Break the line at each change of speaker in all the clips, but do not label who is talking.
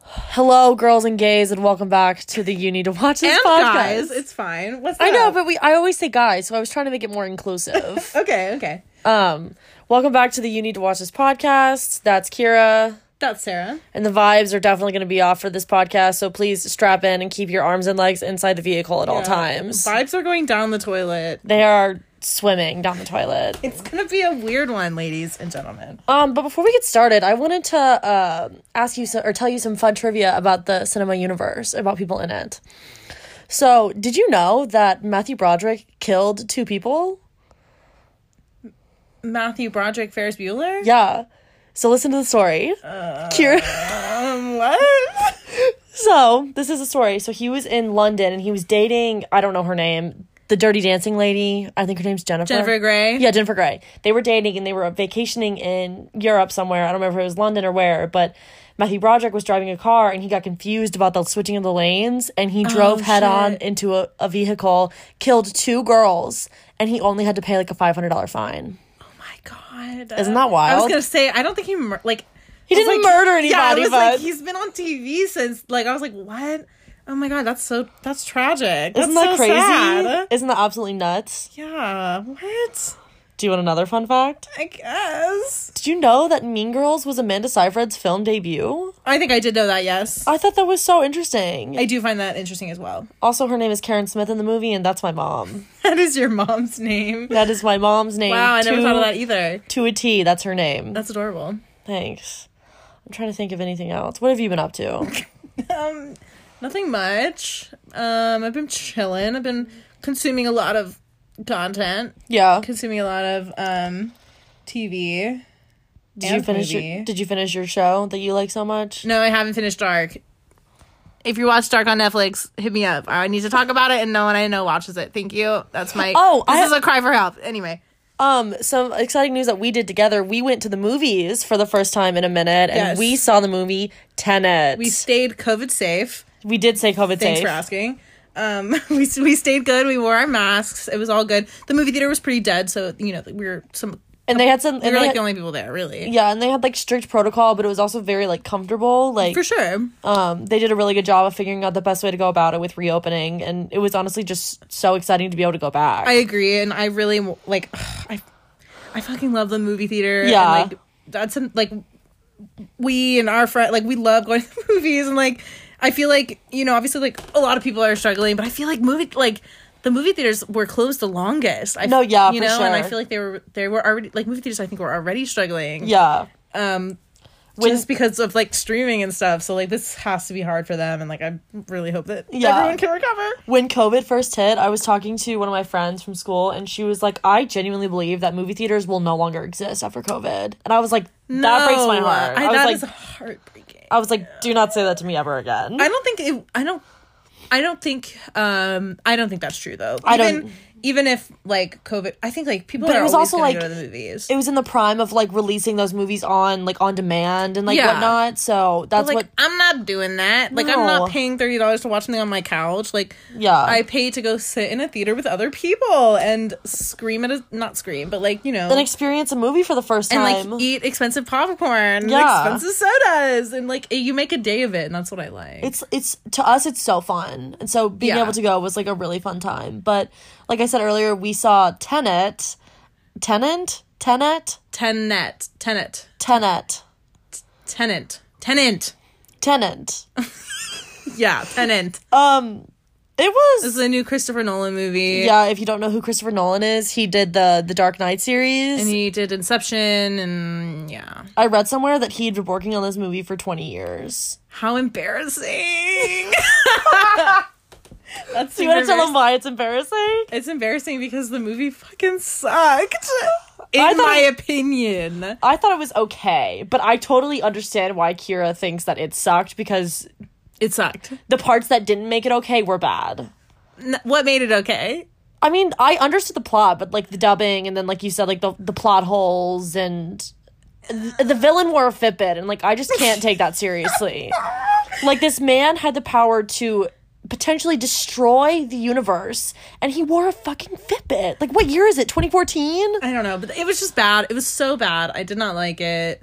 Hello, girls and gays, and welcome back to the You Need to Watch This
and
podcast.
guys. It's fine. What's
I know,
up?
but we I always say guys, so I was trying to make it more inclusive.
okay, okay.
um, welcome back to the You Need to Watch This podcast. That's Kira,
That's Sarah.
and the vibes are definitely going to be off for this podcast. So please strap in and keep your arms and legs inside the vehicle at all
Yeah.
times.
Vibes are going down the toilet.
They are swimming down the toilet.
It's gonna be a weird one, ladies and gentlemen.
Um, but before we get started, I wanted to uh, ask you some, or tell you some fun trivia about the cinema universe, about people in it. So, did you know that Matthew Broderick killed two people?
Matthew Broderick, Ferris Bueller.
Yeah. So listen to the story.
Uh.
Kira-
Um, what?
so this is a story. So he was in London and he was dating. I don't know her name. The Dirty Dancing lady. I think her name's Jennifer.
Jennifer Grey.
Yeah, Jennifer Grey. They were dating and they were vacationing in Europe somewhere. I don't remember if it was London or where, but Matthew Broderick was driving a car and he got confused about the switching of the lanes and he drove head on
Oh, shit.
into a, a vehicle, killed two girls, and he only had to pay like a $500 fine.
My God.
Isn't that
I was
wild?
gonna say I don't think he mur- like
He
I was
didn't
like-
murder
Yeah, I
anybody,
was
but
like, he's been on TV since like I was like what. Oh my god, that's so that's tragic. That's
isn't that
so
crazy?
sad.
Isn't that absolutely nuts?
Yeah, what?
Do you want another fun fact?
I guess.
Did you know that Mean Girls was Amanda Seyfried's film debut?
I think I did know that. Yes,
I thought that was so interesting.
I do find that interesting as well.
Also, her name is Karen Smith in the movie, and that's my mom.
That is your mom's name.
That is my mom's name.
Wow, I never
to-
thought of that either.
To a T, that's her name.
That's adorable.
Thanks. I'm trying to think of anything else. What have you been up to?
Um, nothing much. Um, I've been chilling. I've been consuming a lot of content,
yeah.
consuming a lot of um, TV.
Did you finish your Did you finish your show that you like so much?
no, I haven't finished Dark. If you watch Dark on Netflix, hit me up. I need to talk about it, and no one I know watches it. Thank you. That's my.
Oh,
this
I-
is a cry for help. Anyway,
Um, some exciting news that we did together. We went to the movies for the first time in a minute, and
Yes.
we saw the movie Tenet.
we stayed COVID safe.
we did say COVID
Thanks
safe.
for asking. Um, we we stayed good. We wore our masks. It was all good. The movie theater was pretty dead, so you know we were some.
and they had some.
We
and
were
they
like
had-
the only people there, really.
yeah, and they had like strict protocol, but it was also very like comfortable. Like
For sure.
um, they did a really good job of figuring out the best way to go about it with reopening, and it was honestly just so exciting to be able to go back.
I agree, and I really like. I, I fucking love the movie theater. and,
Yeah.
like that's an, like we and our friend like we love going to the movies and like I feel like you know obviously like a lot of people are struggling, but I feel like movie like. The movie theaters were closed the longest. I,
No, yeah,
you
for
know, and I
sure.
feel like they were they were already like movie theaters. I think were already struggling.
yeah.
um,
When-
just because of like streaming and stuff. So like this has to be hard for them, and like I really hope that
Yeah.
everyone can recover.
when COVID first hit, I was talking to one of my friends from school, and she was like, "I genuinely believe that movie theaters will no longer exist after COVID." And I was like, "That breaks my
No,
heart." I,
I,
was
that
like,
is heartbreaking.
"I was like, do not say that to me ever again."
I don't think it. I don't. I don't think. Um, I don't think that's true though. Even,
I don't-
Even if like COVID, I think like people
But it
are
was
always
also,
gonna
like-
go to the movies.
it was in the prime of like releasing those movies on like on demand and like
Yeah.
whatnot. So that's
like
what.
I'm not doing that. Like I'm
No.
not paying thirty dollars to watch something on my couch. Like
Yeah.
I pay to go sit in a theater with other people and scream at a not scream, but like you know,
And experience a movie for the first time.
and like e eat expensive popcorn,
Yeah.
and expensive sodas, and like you make a day of it, and that's what I like.
it's it's to us it's so fun and so being
Yeah.
able to go was like a really fun time but like i said earlier we saw tenet tenant tenet
tenant, tenant,
tenet
tenant, tenant.
tenant
Yeah, tenant.
um it was
This is a new Christopher Nolan movie.
yeah if you don't know who christopher nolan is he did the the dark knight series
and he did Inception, and yeah.
i read somewhere that he'd been working on this movie for 20 years
How embarrassing! That's
do you want to tell him why it's embarrassing
It's embarrassing because the movie fucking sucked. In
I thought-
my opinion,
i thought it was okay but i totally understand why kira thinks that it sucked because
it sucked.
the parts that didn't make it okay were bad
N- what made it okay?
I mean, I understood the plot, but like the dubbing, and then like you said, like the the plot holes and th- the villain wore a Fitbit, and like I just can't take that seriously. like this man had the power to potentially destroy the universe and he wore a fucking Fitbit. Like what year is it? 2014?
I don't know, but it was just bad. It was so bad. I did not like it.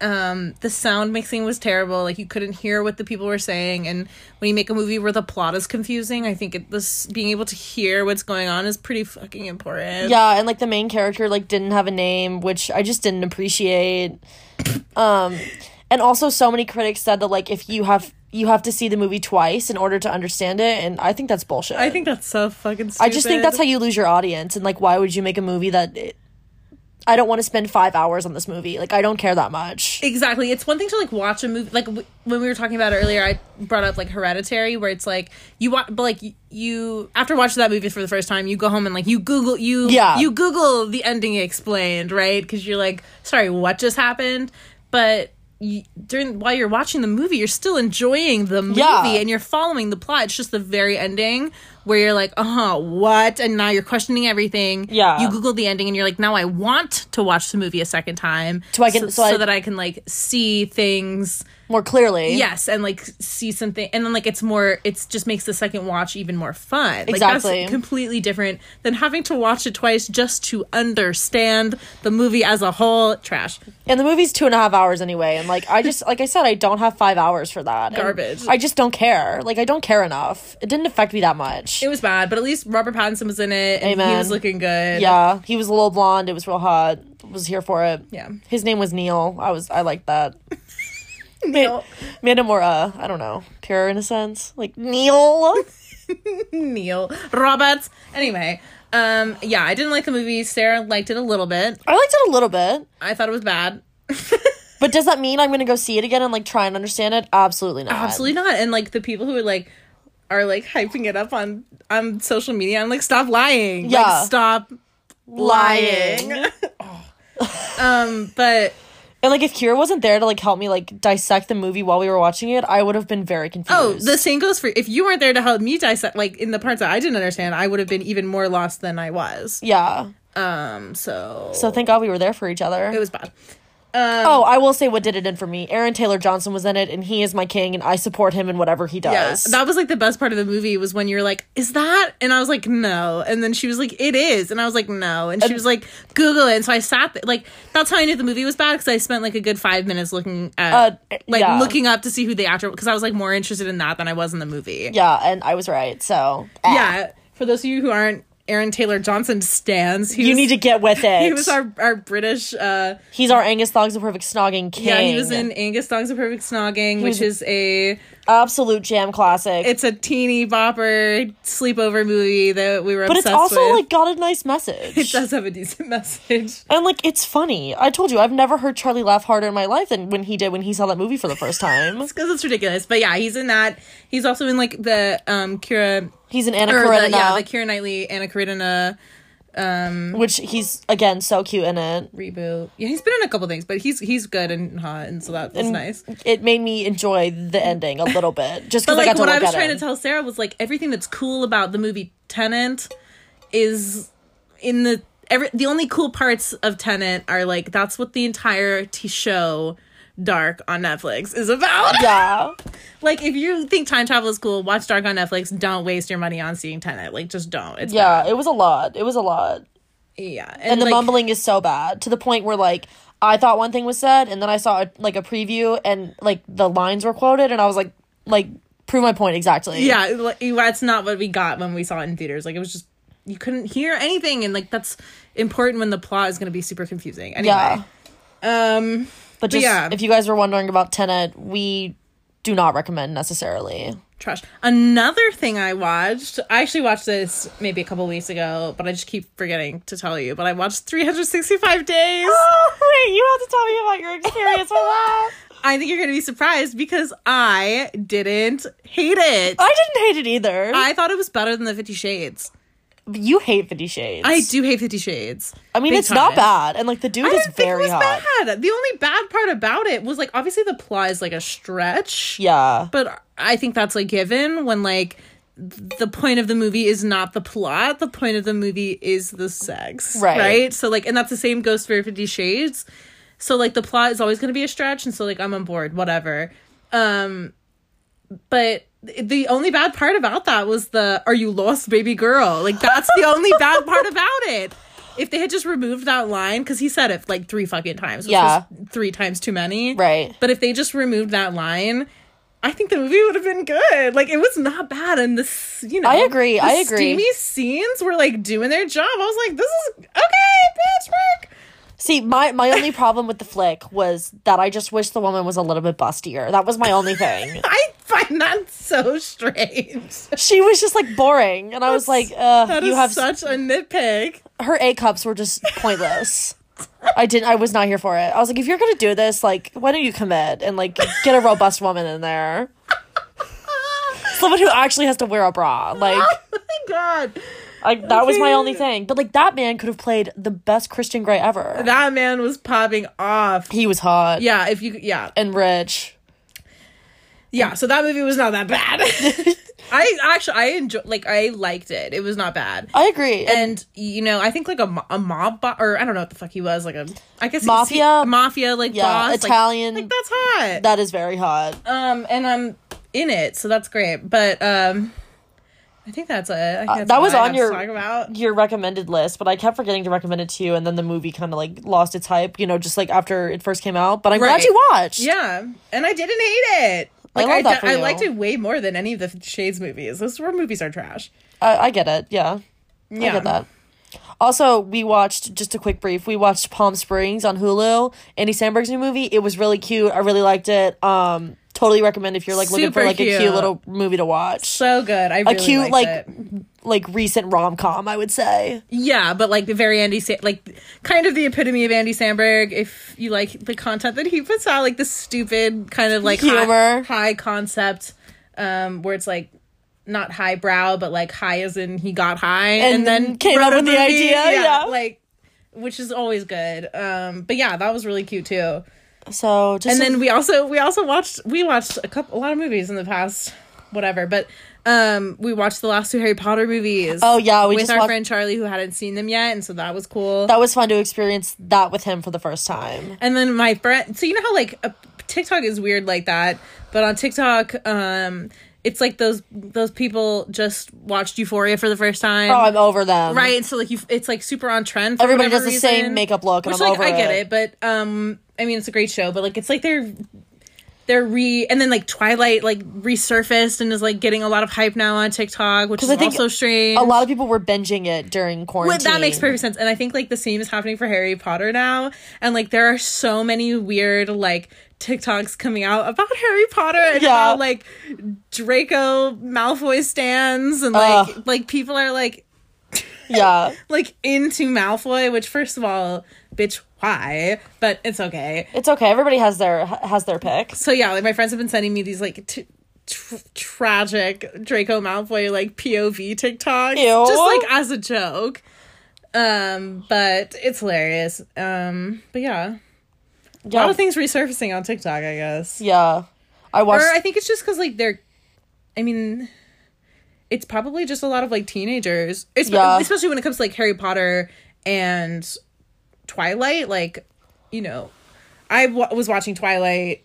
Um, the sound mixing was terrible. Like you couldn't hear what the people were saying. And when you make a movie where the plot is confusing, I think it, this being able to hear what's going on is pretty fucking important.
Yeah, and like the main character like didn't have a name, which I just didn't appreciate. Um and also so many critics said that like if you have you have to see the movie twice in order to understand it and I think that's bullshit.
I think that's so fucking. Stupid.
I just think that's how you lose your audience and like why would you make a movie that I don't want to spend 5 hours on this movie. Like I don't care that much.
Exactly. It's one thing to like watch a movie. Like w- when we were talking about it earlier, I brought up like Hereditary, where it's like you watch, but like y- you after watching that movie for the first time, you go home and like you Google you
Yeah.
you Google the ending explained, right? Because you're like, sorry, what just happened? But you, during while you're watching the movie, you're still enjoying the movie
Yeah.
and you're following the plot. It's just the very ending where you're like, uh huh, what? And now you're questioning everything.
Yeah.
You Google the ending and you're like, now I want to watch the movie a second time
So I can-
so,
so I-
so that I can like see things.
More clearly.
Yes, and like see something, and then like it's more. It's just makes the second watch even more fun. Like,
Exactly.
that's completely different than having to watch it twice just to understand the movie as a whole. Trash.
And the movie's two and a half hours anyway. And like I just like I said, I don't have five hours for that. And
Garbage.
I just don't care. Like I don't care enough. It didn't affect me that much.
It was bad, but at least Robert Pattinson was in it, and he
Amen.
was looking good.
yeah. He was a little blonde, it was real hot. Was here for it.
Yeah.
His name was Neil. I was I liked that.
Neil.
Made him more uh, I don't know, pure in a sense. Like Neil.
Neil Roberts. Anyway, um, yeah, I didn't like the movie. Sarah liked it a little bit.
I liked it a little bit.
I thought it was bad.
But does that mean I'm gonna go see it again and like try and understand it? Absolutely not.
Absolutely not. And like the people who are like are like hyping it up on on social media. I'm like, stop lying.
Yeah.
Like, stop lying. Oh. um, but
And like if Kira wasn't there to like help me like dissect the movie while we were watching it, I would have been very confused.
oh, the same goes for if you weren't there to help me dissect like in the parts that I didn't understand, I would have been even more lost than I was.
Yeah.
Um, so
So thank God we were there for each other.
it was bad.
oh, I will say what did it in for me. Aaron Taylor Johnson was in it, and he is my king, and I support him in whatever he
Yeah,
does.
that was like the best part of the movie was when you were like, "Is that?" And I was like, "No." And then she was like, "It is," and I was like, "No." And she was like, "Google it." And so I sat there, like that's how I knew the movie was bad because I spent like a good five minutes looking at
Uh,
like
yeah.
looking up to see who the actor because I was like more interested in that than I was in the movie.
yeah, and I was right. So eh.
Yeah. For those of you who aren't Aaron Taylor Johnson stands, he
you
was,
need to get with it.
He was our our British. uh
He's our Angus Thongs the perfect snogging king.
Yeah, he was in Angus Thongs of Perfect Snogging, which is a
absolute jam classic.
it's a teeny bopper sleepover movie that we were.
but it's
obsessed
also
with.
like got a nice message.
It does have a decent message.
And like it's funny. I told you I've never heard Charlie laugh harder in my life than when he did when he saw that movie for the first time.
It's because it's ridiculous. But yeah, he's in that. He's also in like the um Kira
He's an Anna
or the,
Karenina,
yeah, the Kira Knightley Anna Karenina
which he's again so cute in it.
reboot. Yeah, he's been in a couple things, but he's he's good and hot, and so that was nice.
It made me enjoy the ending a little bit, just because I
But like
got to
what
look
I was
at
trying
him.
to tell Sarah was like everything that's cool about the movie Tenant is in the every the only cool parts of Tenant are like that's what the entire t- show Dark on Netflix is about.
yeah.
Like, if you think time travel is cool, watch Dark on Netflix. Don't waste your money on seeing Tenet. Like, just don't. It's
Yeah,
bad.
it was a lot. It was a lot.
yeah. And,
And the
like,
mumbling is so bad to the point where like I thought one thing was said and then I saw like a preview and like the lines were quoted and I was like like prove my point exactly.
Yeah, like, that's not what we got when we saw it in theaters. Like, it was just you couldn't hear anything, and like that's important when the plot is going to be super confusing. Anyway,
Yeah.
um,
But just
yeah.
if you guys were wondering about Tenet, we do not recommend necessarily.
trash. Another thing I watched. I actually watched this maybe a couple weeks ago, but I just keep forgetting to tell you. But I watched 365 Days.
Oh, wait, you have to tell me about your experience with that.
I think you're going to be surprised because I didn't hate it.
I didn't hate it either.
I thought it was better than the Fifty Shades.
you hate Fifty Shades.
I do hate Fifty Shades.
I mean,
Big
it's not
time.
bad, and like the dude
I
is
didn't think it
very
was
hot.
bad. The only bad part about it was like obviously the plot is like a stretch.
Yeah,
But I think that's like given when like the point of the movie is not the plot. The point of the movie is the sex.
Right.
Right. So like, and that's the same goes for Fifty Shades. So like, the plot is always going to be a stretch, and so like, I'm on board. Whatever. Um, but the only bad part about that was the "Are you lost, baby girl?" Like that's the only bad part about it. If they had just removed that line, because he said it like three fucking times, which
Yeah.
was three times too many,
Right.
But if they just removed that line, I think the movie would have been good. Like it was not bad, and this, you know,
I agree,
the
I agree.
Steamy scenes were like doing their job. I was like, this is okay, patchwork.
See, my, my only problem with the flick was that I just wish the woman was a little bit bustier. That was my only thing.
I find that so strange.
she was just like boring, and I was like, uh,
That is
"You have
such a nitpick.
her A cups were just pointless." I didn't. I was not here for it. I was like, "If you're gonna do this, like, why don't you commit and like get a robust woman in there, someone who actually has to wear a bra?" Like,
oh my god.
I, that was my
Okay.
only thing. But like that man could have played the best Christian Grey ever.
That man was popping off.
he was hot
Yeah, if you yeah.
and rich.
Yeah, so that movie was not that bad. I actually I enjoy like I liked it. It was not bad.
I agree. And,
And you know, I think like a, mo- a mob bo- or I don't know what the fuck he was, like a I guess he's-
Mafia?
he- mafia like
Yeah,
boss, like-
Italian.
Like, that's hot.
that is very hot.
um and I'm in it, so that's great. But um I think that's it. I think that's
Uh, that
all
was
I
on
have
your-
to talk about.
Your recommended list, but I kept forgetting to recommend it to you, and then the movie kind of like lost its hype, you know, just like after it first came out. But I'm glad
Right.
you watched.
Yeah, and I didn't hate it.
I
Like
love
I,
that for
I
you.
liked it way more than any of the Shades movies. Those were movies are trash.
I, I get it. Yeah.
Yeah,
I get that. Also, we watched just a quick brief. We watched Palm Springs on Hulu. Andy Sandberg's new movie. It was really cute. I really liked it. Um, totally recommend if you're like looking
Super
for like a
cute.
cute little movie to watch.
so good. I
A
really
cute
liked
like
it.
like recent rom com. I would say.
yeah, but like the very Andy Sa- like kind of the epitome of Andy Samberg. If you like the content that he puts out, like the stupid kind of like
Humor.
high, high concept, um, where it's like not highbrow, but like high as in he got high and,
And
then
came
wrote
up
a
with the
movie.
idea, yeah.
like which is always good. Um, but yeah, that was really cute too.
So just
and then we also we also watched we watched a couple a lot of movies in the past whatever but um we watched the last two harry potter movies
Oh, yeah, we
with
just
our
watched-
friend charlie who hadn't seen them yet and so that was cool
that was fun to experience that with him for the first time.
and then my friend so you know how like a, tiktok is weird like that but on tiktok um it's like those those people just watched euphoria for the first time
Oh, I'm over them.
right and so like you it's like super on trend for
Everybody
whatever
does the same
reason.
makeup look, and
Which,
I'm
like,
over
I get
it.
it, but um, I mean, it's a great show, but like, it's like they're they're re and then like Twilight like resurfaced and is like getting a lot of hype now on TikTok, which is
I think
also strange.
A lot of people were binging it during quarantine.
But that makes perfect sense, and I think like the same is happening for Harry Potter now, and like there are so many weird like TikToks coming out about Harry Potter and
Yeah.
how like Draco Malfoy stands, and like
Ugh.
like people are like
Yeah,
like into Malfoy, which first of all, bitch, why? But it's okay.
it's okay. Everybody has their has their pick.
So yeah, like my friends have been sending me these like t- tr- tragic Draco Malfoy like POV TikToks,
Ew.
just like as a joke. Um, but it's hilarious. Um, but yeah, a lot
Yeah,
of things resurfacing on TikTok, I guess.
yeah. I
Or
watched.
I think it's just because like they're, I mean. It's probably just a lot of like teenagers, It's-
Yeah.
especially when it comes to like Harry Potter and Twilight. Like, you know, I wa was watching Twilight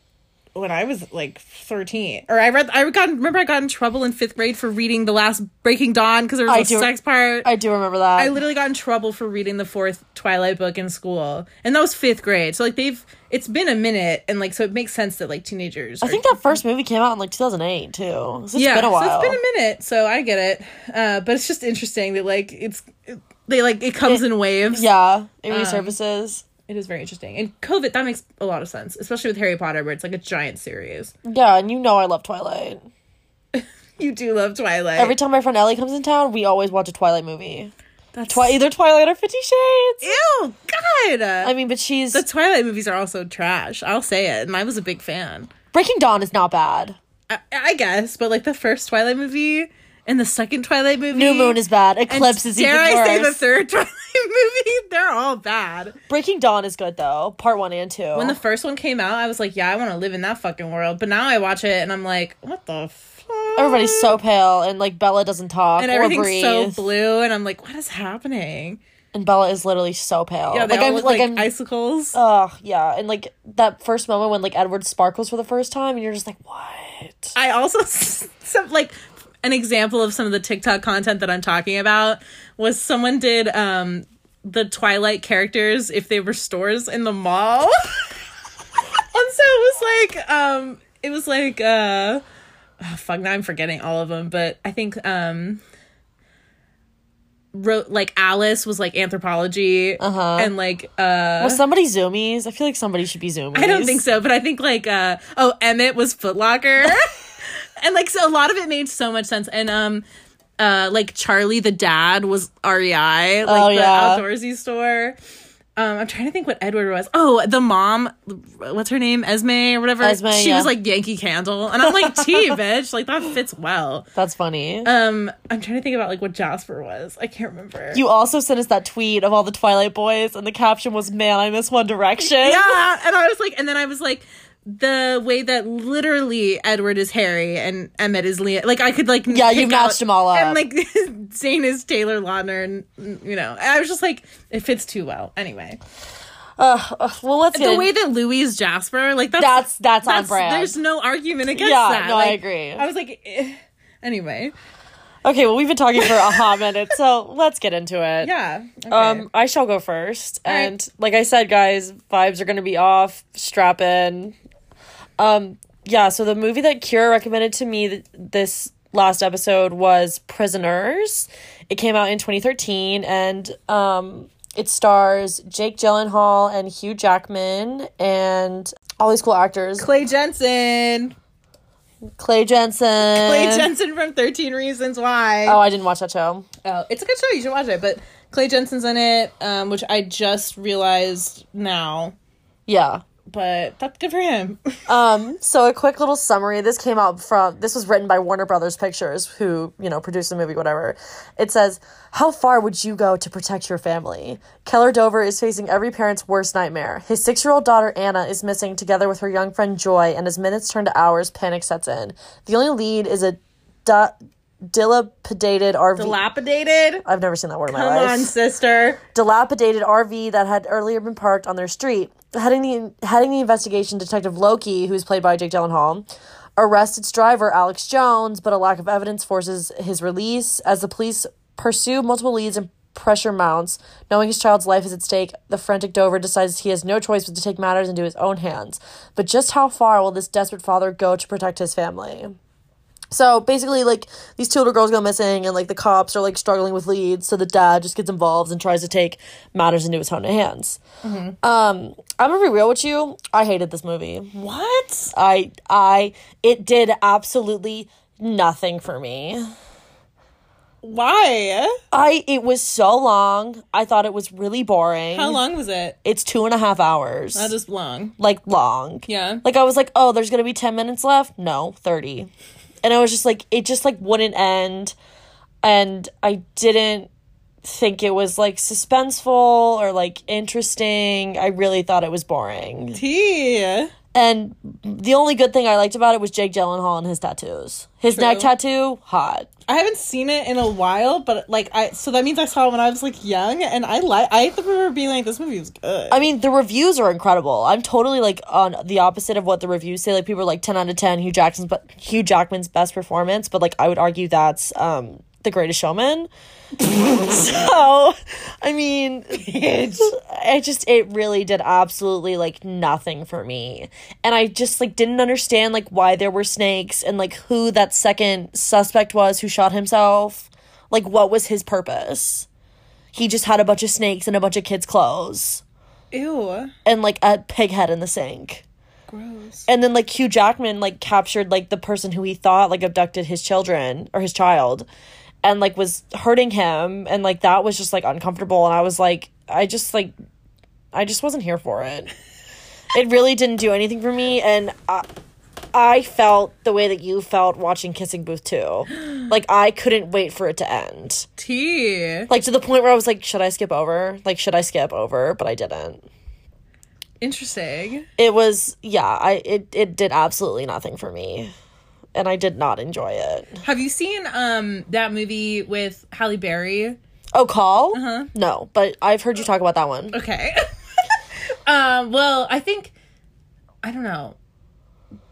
when I was like 13. Or I read, I got, remember I got in trouble in fifth grade for reading the last Breaking Dawn because there was
I
a
do-
sex part. I,
I do remember that.
literally got in trouble for reading the fourth Twilight book in school. And that was fifth grade. So like they've, it's been a minute. And like, so it makes sense that like teenagers.
I think that first movie came out in like 2008 too. So it's
yeah,
been a while.
So it's been a minute. So I get it. Uh, but it's just interesting that like it's, it- they like, it comes in waves.
yeah, it
um,
resurfaces.
It is very interesting. And COVID, that makes a lot of sense, especially with Harry Potter, where it's like a giant series.
yeah, and you know I love Twilight.
You do love Twilight.
Every time my friend Ellie comes in town, we always watch a Twilight movie.
That's
Twi- either Twilight or Fifty Shades.
Ew, God.
I mean, but she's
the Twilight movies are also trash. I'll say it, and I was a big fan.
Breaking Dawn is not bad.
I, I guess, but like the first Twilight movie and the second Twilight movie,
New Moon is bad.
and
Eclipse is even
dare I
worse.
say the third Twilight movie? They're all bad.
Breaking Dawn is good though. Part one and two.
When the first one came out, I was like, yeah, I want to live in that fucking world. But now I watch it and I'm like, what the fuck?
Everybody's so pale and like Bella doesn't talk
and
or
everything's
breathe.
so blue, and I'm like, what is happening?
and Bella is literally so pale.
Yeah, they
like
all
I'm
look
like,
like,
I'm
icicles.
Ugh, yeah. And like that first moment when like Edward sparkles for the first time and you're just like, What? What?
I also some like an example of some of the TikTok content that I'm talking about was someone did um the Twilight characters if they were stores in the mall. and so it was like um it was like uh oh, fuck now I'm forgetting all of them, but I think um wrote like Alice was like anthropology and like uh
Was somebody zoomies? I feel like somebody should be zoomies.
I don't think so, but I think like uh oh Emmett was Footlocker. and like so a lot of it made so much sense. And um uh like Charlie the dad was REI, like
Oh,
the
yeah.
outdoorsy store. Um, I'm trying to think what Edward was. Oh, the mom, what's her name? Esme or whatever.
Esme,
she
yeah.
was like Yankee Candle, and I'm like, "Gee, bitch, like that fits well."
That's funny.
Um, I'm trying to think about like what Jasper was. I can't remember.
you also sent us that tweet of all the Twilight boys, and the caption was, "Man, I miss One Direction."
yeah and i was like and then i was like the way that literally edward is harry and emmett is leah like i could like
Yeah, you
pick
matched them all
and
up.
like zane is taylor lautner and mm, you know i was just like it fits too well anyway
Ugh, ugh, well, let's get
the way that louis is jasper like that's
that's that's, on brand.
there's no argument against
Yeah,
that
no, I
Like,
agree.
i was like eh. anyway
Okay, well, we've been talking for a hot minute, so let's get into it.
yeah okay.
Um, I shall go first,
right.
and like I said, guys, vibes are gonna be off. Strap in. Um, yeah. So the movie that Kira recommended to me th- this last episode was Prisoners. It came out in 2013, and um, it stars Jake Gyllenhaal and Hugh Jackman, and all these cool actors:
clay jensen
Clay Jensen.
clay jensen from 13 reasons why
Oh, I didn't watch that show.
Oh, it's a good show. You should watch it. But Clay Jensen's in it, um, which I just realized now.
Yeah.
But that's good for him.
Um, so a quick little summary. This came out from this was written by Warner Brothers Pictures, who, you know, produced the movie, whatever. It says, How far would you go to protect your family? Keller Dover is facing every parent's worst nightmare. His six year old daughter Anna is missing together with her young friend Joy, and as minutes turn to hours, panic sets in. The only lead is a di- dilapidated RV.
Dilapidated.
I've never seen that word in my
Come
life
on, sister.
dilapidated RV that had earlier been parked on their street. Heading the, heading the investigation, Detective Loki, who's played by Jake Gyllenhaal, arrests its driver, Alex Jones, but a lack of evidence forces his release. As the police pursue multiple leads and pressure mounts, knowing his child's life is at stake, the frantic Dover decides he has no choice but to take matters into his own hands. But just how far will this desperate father go to protect his family? So basically, like these two little girls go missing, and like the cops are like struggling with leads. So the dad just gets involved and tries to take matters into his own hands. Um, I'm gonna be real with you. I hated this movie.
What?
I I it did absolutely nothing for me.
Why?
I it was so long. I thought it was really boring.
How long was it?
It's two and a half hours.
Not just long.
like long.
Yeah.
Like I was like, oh, there's gonna be ten minutes left. No, thirty. And I was just like, it just like wouldn't end, and I didn't think it was like suspenseful or like interesting. I really thought it was boring.
Tea.
And the only good thing I liked about it was Jake Gyllenhaal and his tattoos. His neck
True.
tattoo, hot.
I haven't seen it in a while, but like I, so that means I saw it when I was like young, and I like I remember being like, this movie was good.
I mean, the reviews are incredible. I'm totally like on the opposite of what the reviews say. Like people are like ten out of ten. Hugh Jackson's but Hugh Jackman's best performance, but like I would argue that's um the Greatest Showman. so, I mean, I just it really did absolutely like nothing for me, and I just like didn't understand like why there were snakes and like who that second suspect was who shot himself. Like, what was his purpose? He just had a bunch of snakes and a bunch of kids' clothes
Ew.
and like a pig head in the sink.
Gross.
And then like Hugh Jackman like captured like the person who he thought like abducted his children or his child and like was hurting him and like that was just like uncomfortable and I was like I just like I just wasn't here for it. it really didn't do anything for me and I I felt the way that you felt watching Kissing Booth 2. Like I couldn't wait for it to end.
Tea.
Like to the point where I was like should I skip over? Like should I skip over? But I didn't.
Interesting.
it was yeah i it, it did absolutely nothing for me and i did not enjoy it
Have you seen um that movie with Halle Berry?
oh call no but i've heard you talk about that one
Okay. um, well, I think I don't know.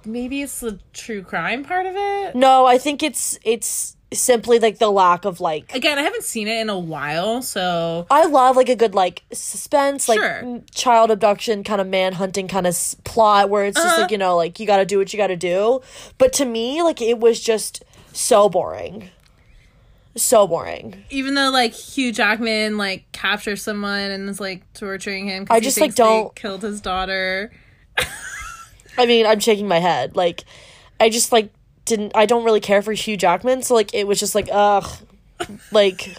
maybe it's the true crime part of it.
No, I think it's it's simply like the lack of like
Again, I haven't seen it in a while, so
I love like a good like suspense, like
Sure.
m- child abduction kind of manhunting kind of s- plot where it's just like you know like you got to do what you got to do. But to me, like it was just so boring, so boring.
even though like Hugh Jackman like captures someone and is like torturing him, 'cause
I
he
just, like,
thinks they
don't-
killed his daughter.
I mean, I'm shaking my head. Like I just like didn't. I don't really care for Hugh Jackman, so like it was just like ugh, like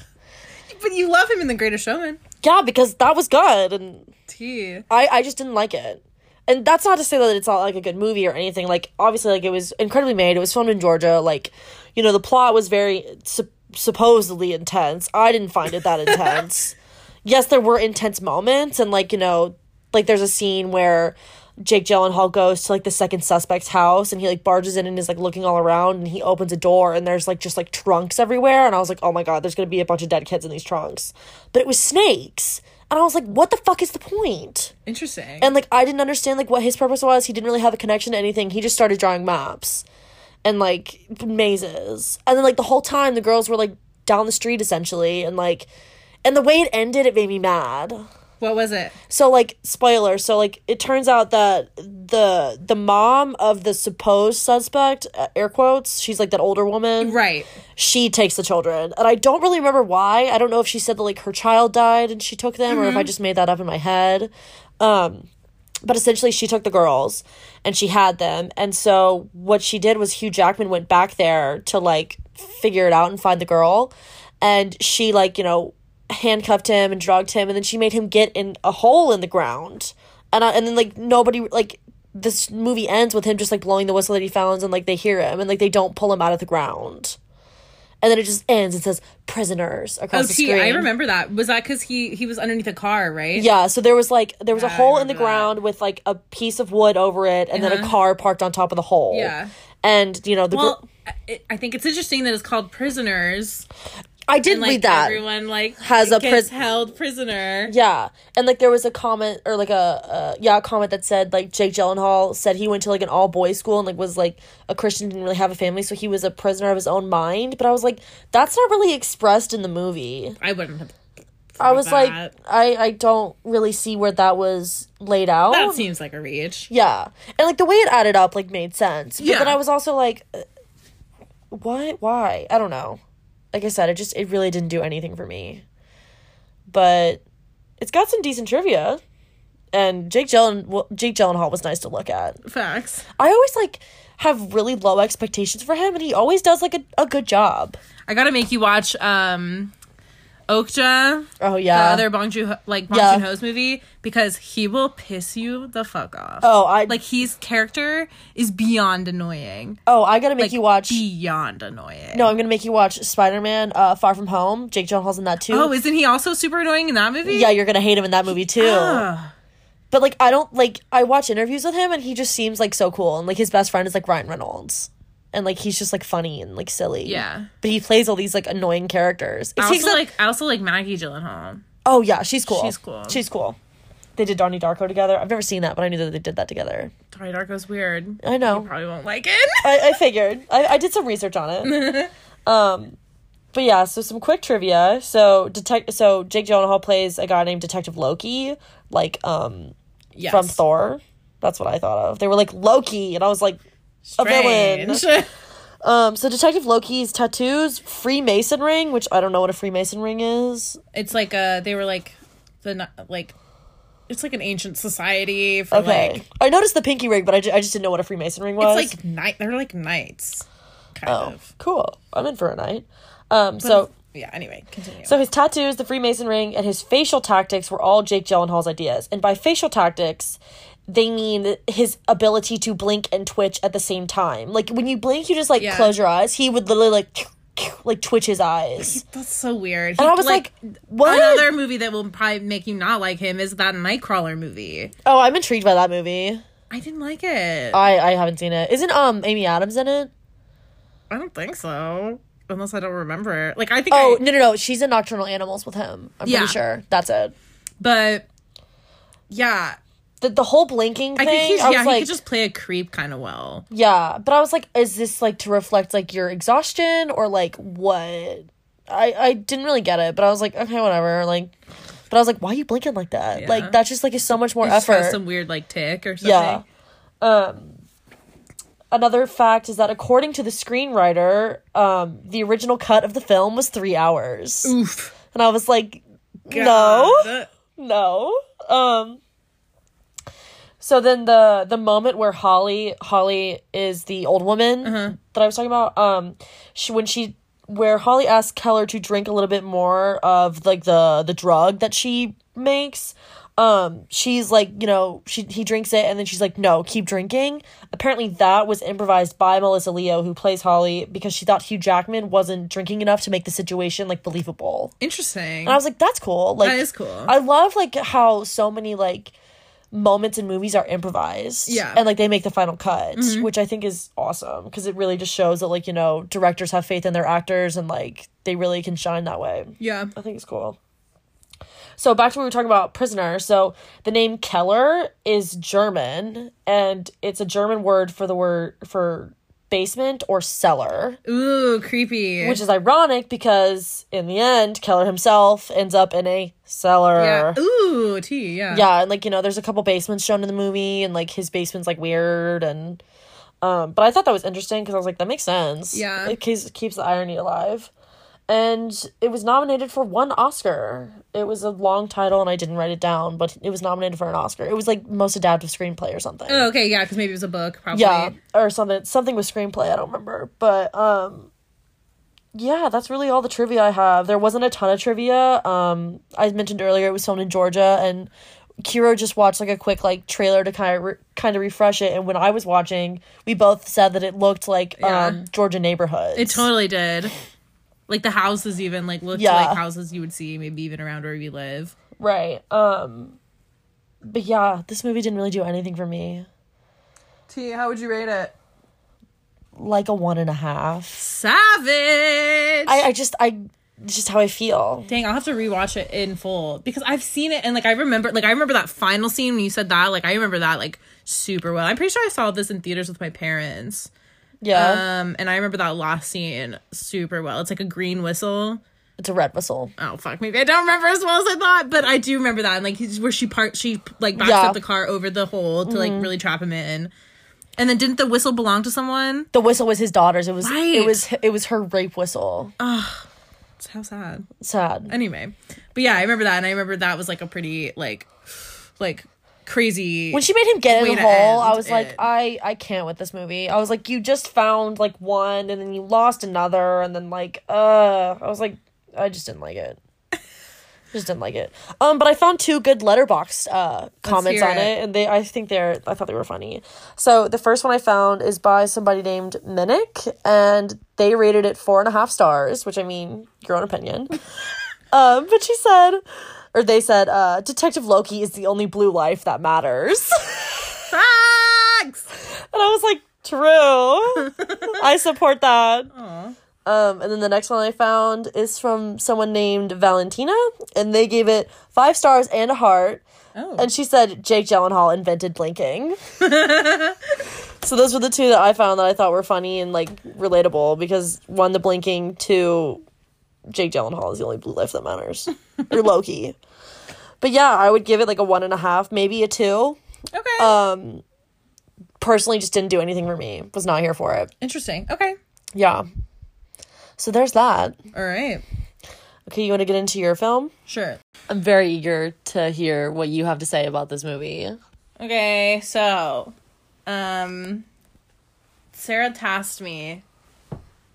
But you love him in The Greatest Showman.
yeah, because that was good, and
T.
I I just didn't like it. And that's not to say that it's not like a good movie or anything. Like obviously, like it was incredibly made. It was filmed in Georgia. Like, you know, the plot was very sup- supposedly intense. I didn't find it that intense. yes, there were intense moments, and like you know, like there's a scene where Jake Gyllenhaal goes to like the second suspect's house, and he like barges in and is like looking all around, and he opens a door, and there's like just like trunks everywhere, and I was like, oh my god, there's gonna be a bunch of dead kids in these trunks, but it was snakes, and I was like, what the fuck is the point?
Interesting.
and like I didn't understand like what his purpose was. He didn't really have a connection to anything. He just started drawing maps and like mazes. And then like the whole time the girls were like down the street essentially and like and the way it ended it made me mad.
what was it?
So like spoiler, so like it turns out that the the mom of the supposed suspect, uh, air quotes, she's like that older woman
Right.
she takes the children. And I don't really remember why. I don't know if she said that like her child died and she took them or if I just made that up in my head. Um but essentially she took the girls and she had them. And so what she did was Hugh Jackman went back there to like figure it out and find the girl and she like, you know, handcuffed him and drugged him and then she made him get in a hole in the ground. And I, and then like nobody like this movie ends with him just like blowing the whistle that he found and like they hear him and like they don't pull him out of the ground and then it just ends and says prisoners across
Oh,
the
T.
screen.
I remember that. Was that because he he was underneath a car, right?
Yeah, so there was like there was a
I
hole in the
remember that. Uh-huh.
ground with like a piece of wood over it, and then a car parked on top of the hole.
Yeah.
and you know the gr-
Well, I, I think it's interesting that it's called Prisoners.
I did
Like
read that.
everyone like
has a
gets
pris-
held prisoner.
Yeah, and like there was a comment or like a uh, yeah a comment that said like Jake Gyllenhaal said he went to like an all boys school and like was like a Christian didn't really have a family, so he was a prisoner of his own mind. But I was like, that's not really expressed in the movie.
I wouldn't have.
I was like,
that.
I I don't really see where that was laid out.
That seems like a reach.
Yeah. And like the way it added up like made sense. But
Yeah.
then I was also like uh, what why? I don't know. Like I said, it just it really didn't do anything for me. But it's got some decent trivia. And Jake Gyllen well, Jake Gyllenhaal was nice to look at.
Facts.
I always like have really low expectations for him and he always does like a, a good job.
I gotta make you watch um, Okja,
Oh
the
yeah.
other Bong Joon like Bong
Yeah.
Joon Ho's movie, because he will piss you the fuck off.
oh, I
Like
like
his character is beyond annoying.
Oh, I got to make you watch
Beyond annoying.
No, I'm going to make you watch Spider-Man uh, Far From Home. Jake Gyllenhaal's in that too.
Oh, isn't he also super annoying in that movie?
yeah, you're going to hate him in that movie too.
Ugh.
But like I don't like I watch interviews with him and he just seems like so cool and like his best friend is like Ryan Reynolds. And like he's just like funny and like silly.
Yeah.
But he plays all these like annoying characters. It
I
takes
also
up-
like I also like Maggie Gyllenhaal.
Oh yeah, she's cool.
She's cool.
She's cool. They did Donnie Darko together. I've never seen that, but I knew that they did that together.
Donnie Darko's weird.
I know.
Probably won't like it.
I, I figured. I, I did some research on it. um, but yeah, so some quick trivia. So detect. So Jake Gyllenhaal plays a guy named Detective Loki, like um
Yes.
from Thor. That's what I thought of. They were like Loki, and I was like, a villain.
Strange.
Um, so Detective Loki's tattoos, Freemason ring, which I don't know what a Freemason ring is.
It's like uh they were like the na- like it's like an ancient society for
Okay,
like
I noticed the pinky ring, but I, ju- I just didn't know what a Freemason ring was.
it's like night they're like knights kind of.
cool. I'm in for a night. Um, so
Yeah, anyway, continue.
so his tattoos, the Freemason ring, and his facial tactics were all Jake Gyllenhaal's ideas. And by facial tactics, they mean his ability to blink and twitch at the same time. Like when you blink, you just like
Yeah.
close your eyes. He would literally like like twitch his eyes.
That's so weird.
And
He-
I was like, what?
another movie that will probably make you not like him is that Nightcrawler movie.
Oh, I'm intrigued by that movie.
I didn't like it.
I I haven't seen it. Isn't um Amy Adams in it?
I don't think so. Unless I don't remember. Like I think
Oh
I,
no no no! She's in Nocturnal Animals with him. I'm
Yeah.
pretty sure that's it.
but yeah.
the, the whole blinking
I
thing. I,
think he's,
was
yeah, he
like,
could just play a creep kind of well.
yeah, but I was like, is this like to reflect like your exhaustion or like what? I I didn't really get it, but I was like, okay, whatever. Like, but I was like, why are you blinking like that?
Yeah.
Like that just like is so much more
He just has
effort.
some weird like tick or something.
Yeah. Um, another fact is that according to the screenwriter, um, the original cut of the film was three hours,
Oof.
and I was like, no,
God.
no. Um, so then the the moment where Holly Holly is the old woman that I was talking about, um, she when she where Holly asks Keller to drink a little bit more of like the the drug that she makes. Um, she's like, you know, she he drinks it and then she's like, no, keep drinking. Apparently that was improvised by Melissa Leo, who plays Holly, because she thought Hugh Jackman wasn't drinking enough to make the situation like believable.
Interesting.
And I was like, that's cool. Like
That is cool.
I love like how so many like moments in movies are improvised.
Yeah. Mm-hmm.
And like they make the final cut, which I think is awesome because it really just shows that like, you know, directors have faith in their actors and like they really can shine that way.
yeah.
I think it's cool. So back to what we were talking about, prisoner. So the name Keller is German and it's a German word for the word for basement or cellar.
Ooh, creepy.
Which is ironic because in the end, Keller himself ends up in a cellar.
yeah. Ooh, tea. Yeah.
Yeah, and like you know, there's a couple basements shown in the movie, and like his basement's like weird, and um, but I thought that was interesting because I was like, that makes sense.
Yeah.
it keeps keeps the irony alive, and it was nominated for one Oscar. It was a long title, and I didn't write it down, but it was nominated for an Oscar. It was like most adaptive screenplay or something.
Oh, okay. Yeah, because maybe it was a book. Probably.
Yeah, or something something with screenplay. I don't remember, but um, yeah, that's really all the trivia I have. There wasn't a ton of trivia. Um, I mentioned earlier it was filmed in Georgia, and Kiro just watched like a quick like trailer to kind of re- kind of refresh it. And when I was watching, we both said that it looked like
Yeah.
um Georgia neighborhoods.
It totally did. Like the houses even like looked
Yeah.
like houses you would see maybe even around where we live.
right. Um, but yeah, this movie didn't really do anything for me.
T, how would you rate it?
Like a one and a half.
Savage.
I I just I it's just how I feel.
Dang, I'll have to rewatch it in full because I've seen it and like I remember like I remember that final scene when you said that like I remember that like super well. I'm pretty sure I saw this in theaters with my parents.
Yeah,
Um and I remember that last scene super well. It's like a green whistle.
it's a red whistle.
Oh fuck, maybe I don't remember as well as I thought, but I do remember that. And like he's where she part she like backs
Yeah.
up the car over the hole to like really trap him in. And then didn't the whistle belong to someone?
the whistle was his daughter's. It was
Right. Um,
it was it was her rape whistle.
It's How sad.
Sad.
Anyway. But yeah, I remember that and I remember that was like a pretty like like crazy
When she made him get in
way
the
to
hole, I
end
was like,
it.
I I can't with this movie. I was like, you just found like one, and then you lost another, and then like, uh, I was like, I just didn't like it. just didn't like it. Um, but I found two good letterbox uh comments
hear
on
it.
it, and they I think they're I thought they were funny. So the first one I found is by somebody named Minnick, and they rated it four and a half stars, which I mean, your own opinion. Um, but she said, or they said, uh, Detective Loki is the only blue life that matters.
Facts!
and I was like, true. I support that. Um, and then the next one I found is from someone named Valentina, and they gave it five stars and a heart.
Oh.
And she said Jake Gyllenhaal invented blinking. so those were the two that I found that I thought were funny and like relatable because one, the blinking, two, Jake Gyllenhaal is the only blue life that matters, or Loki. But yeah, I would give it like a one and a half, maybe a two.
okay.
Personally, just didn't do anything for me. Was not here for it.
Interesting. Okay.
Yeah. So there's that.
All right.
Okay, you want to get into your film?
Sure.
I'm very eager to hear what you have to say about this movie.
Okay, so um Sarah tasked me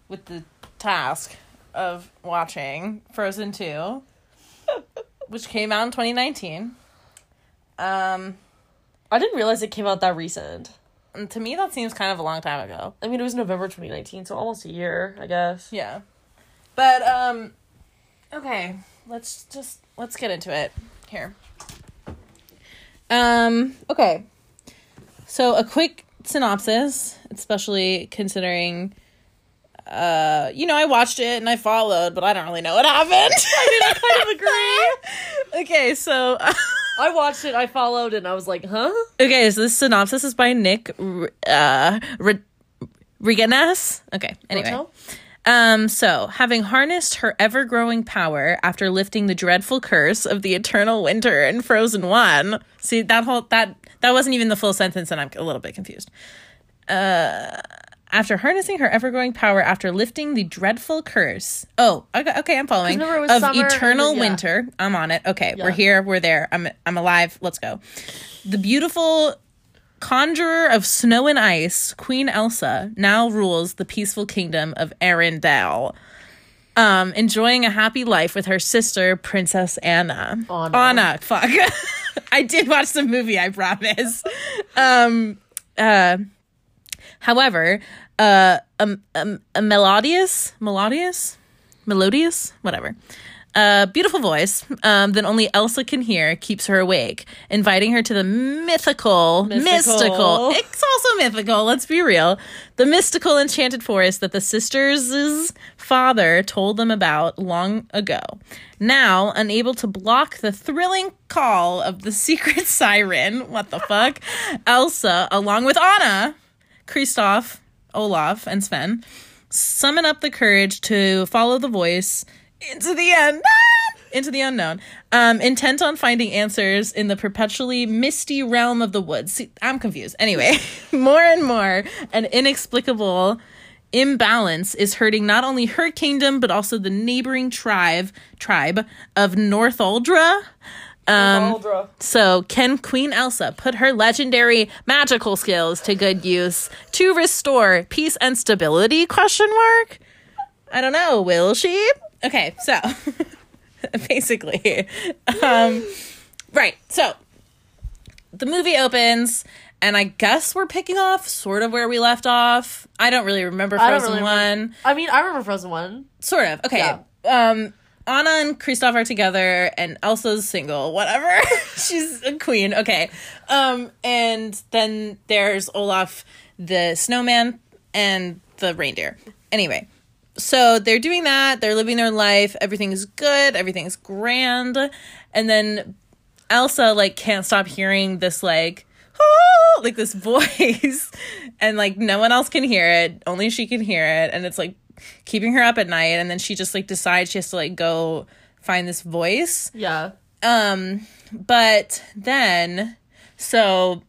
with the task of watching Frozen 2, which came out in 2019. Um
I didn't realize it came out that recent.
and to me that seems kind of a long time ago.
I mean, it was November 2019, so almost a year, I guess.
Yeah. But um okay, let's just let's get into it here. Um okay. So a quick synopsis, especially considering uh you know, I watched it and I followed, but I don't really know what happened. I mean, I kind of agree. okay, so
I watched it, I followed, and I was like, huh?
Okay, so this synopsis is by Nick R- uh, R- Riganas. Okay, anyway.
Hotel?
Um, so, having harnessed her ever growing power after lifting the dreadful curse of the eternal winter in Frozen 1. See, that whole that that wasn't even the full sentence and I'm a little bit confused. Uh after harnessing her ever-growing power after lifting the dreadful curse. Oh, okay, okay I'm following.
remember it was
Of
summer and
eternal
then- yeah.
winter. I'm on it. Okay, we're
Yeah.
here, we're there. I'm I'm alive. Let's go. The beautiful Conjurer of snow and ice, Queen Elsa now rules the peaceful kingdom of Arendelle, um, enjoying a happy life with her sister, Princess Anna.
Anna.
Anna, fuck. I did watch the movie, I promise. Um, uh, however, uh, um, um, a melodious, melodious, melodious, whatever. A beautiful voice um, that only Elsa can hear keeps her awake, inviting her to the mythical, mystical.
Mystical.
It's also mythical. Let's be real. The mystical enchanted forest that the sisters' father told them about long ago. Now, unable to block the thrilling call of the secret siren, what the fuck? Elsa, along with Anna, Kristoff, Olaf, and Sven, summon up the courage to follow the voice into the end. Into the unknown, um, intent on finding answers in the perpetually misty realm of the woods. See, I'm confused. Anyway, more and more, an inexplicable imbalance is hurting not only her kingdom but also the neighboring tribe tribe of Northuldra.
Baldra.
So, can Queen Elsa put her legendary magical skills to good use to restore peace and stability? Question mark. I don't know. Will she? Okay, so basically, um, right. So the movie opens, and I guess we're picking off sort of where we left off. I don't really remember
I don't
Frozen
really
One.
remember. I mean, I remember Frozen 1.
Sort of. Okay. Um Anna and Kristoff are together and Elsa's single, whatever. She's a queen. Okay. Um and then there's Olaf the snowman and the reindeer. Anyway, so they're doing that, they're living their life, everything's good, everything's grand. And then Elsa like can't stop hearing this like "Oh," like this voice and like no one else can hear it only she can hear it and it's like keeping her up at night and then she just like decides she has to like go find this voice
Yeah.
um but then so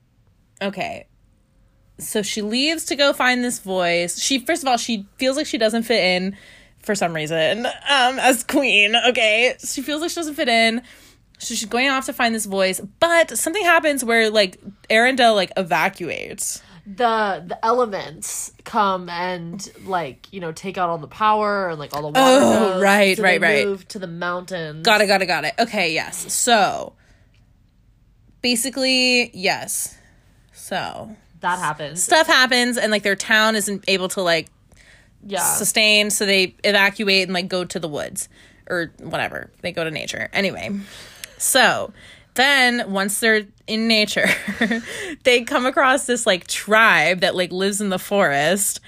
okay so she leaves to go find this voice she first of all she feels like she doesn't fit in for some reason um as queen okay she feels like she doesn't fit in so she's going off to find this voice but something happens where like arendelle like evacuates
The the elements come and like, you know, take out all the power and like all the water.
Oh,
goes,
right,
so
right,
they
right.
Move to the mountains.
Got it, got it, got it. Okay, yes. So basically, yes. So
That happens.
stuff happens and like their town isn't able to like
Yeah.
sustain, so they evacuate and like go to the woods or whatever. They go to nature. Anyway. So then once they're in nature, they come across this like tribe that like lives in the forest.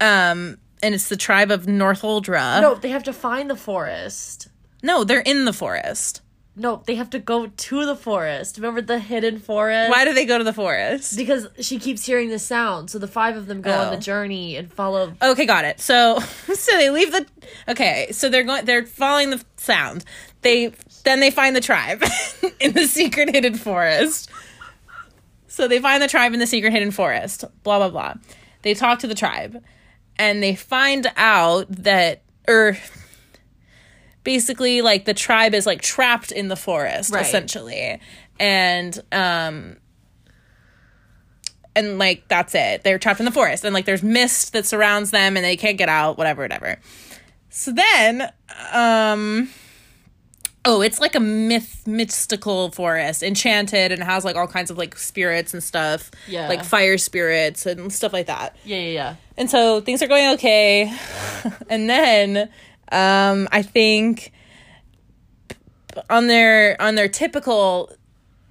Um and it's the tribe of Northuldra.
no, they have to find the forest.
no, they're in the forest.
No, they have to go to the forest. Remember the hidden forest?
Why do they go to the forest?
Because she keeps hearing the sound. So the five of them go on
Oh.
the journey and follow.
Okay, got it. So so they leave the Okay, so they're going they're following the sound. They then they find the tribe in the secret hidden forest. So they find the tribe in the secret hidden forest. Blah blah blah. They talk to the tribe and they find out that or basically like the tribe is like trapped in the forest
Right.
essentially. And um and like that's it. They're trapped in the forest, and like there's mist that surrounds them, and they can't get out. Whatever, whatever. So then, um, oh, it's like a myth, mystical forest, enchanted, and has like all kinds of like spirits and stuff,
Yeah.
like fire spirits and stuff like that.
Yeah, yeah, yeah.
And so things are going okay. and then um I think on their on their typical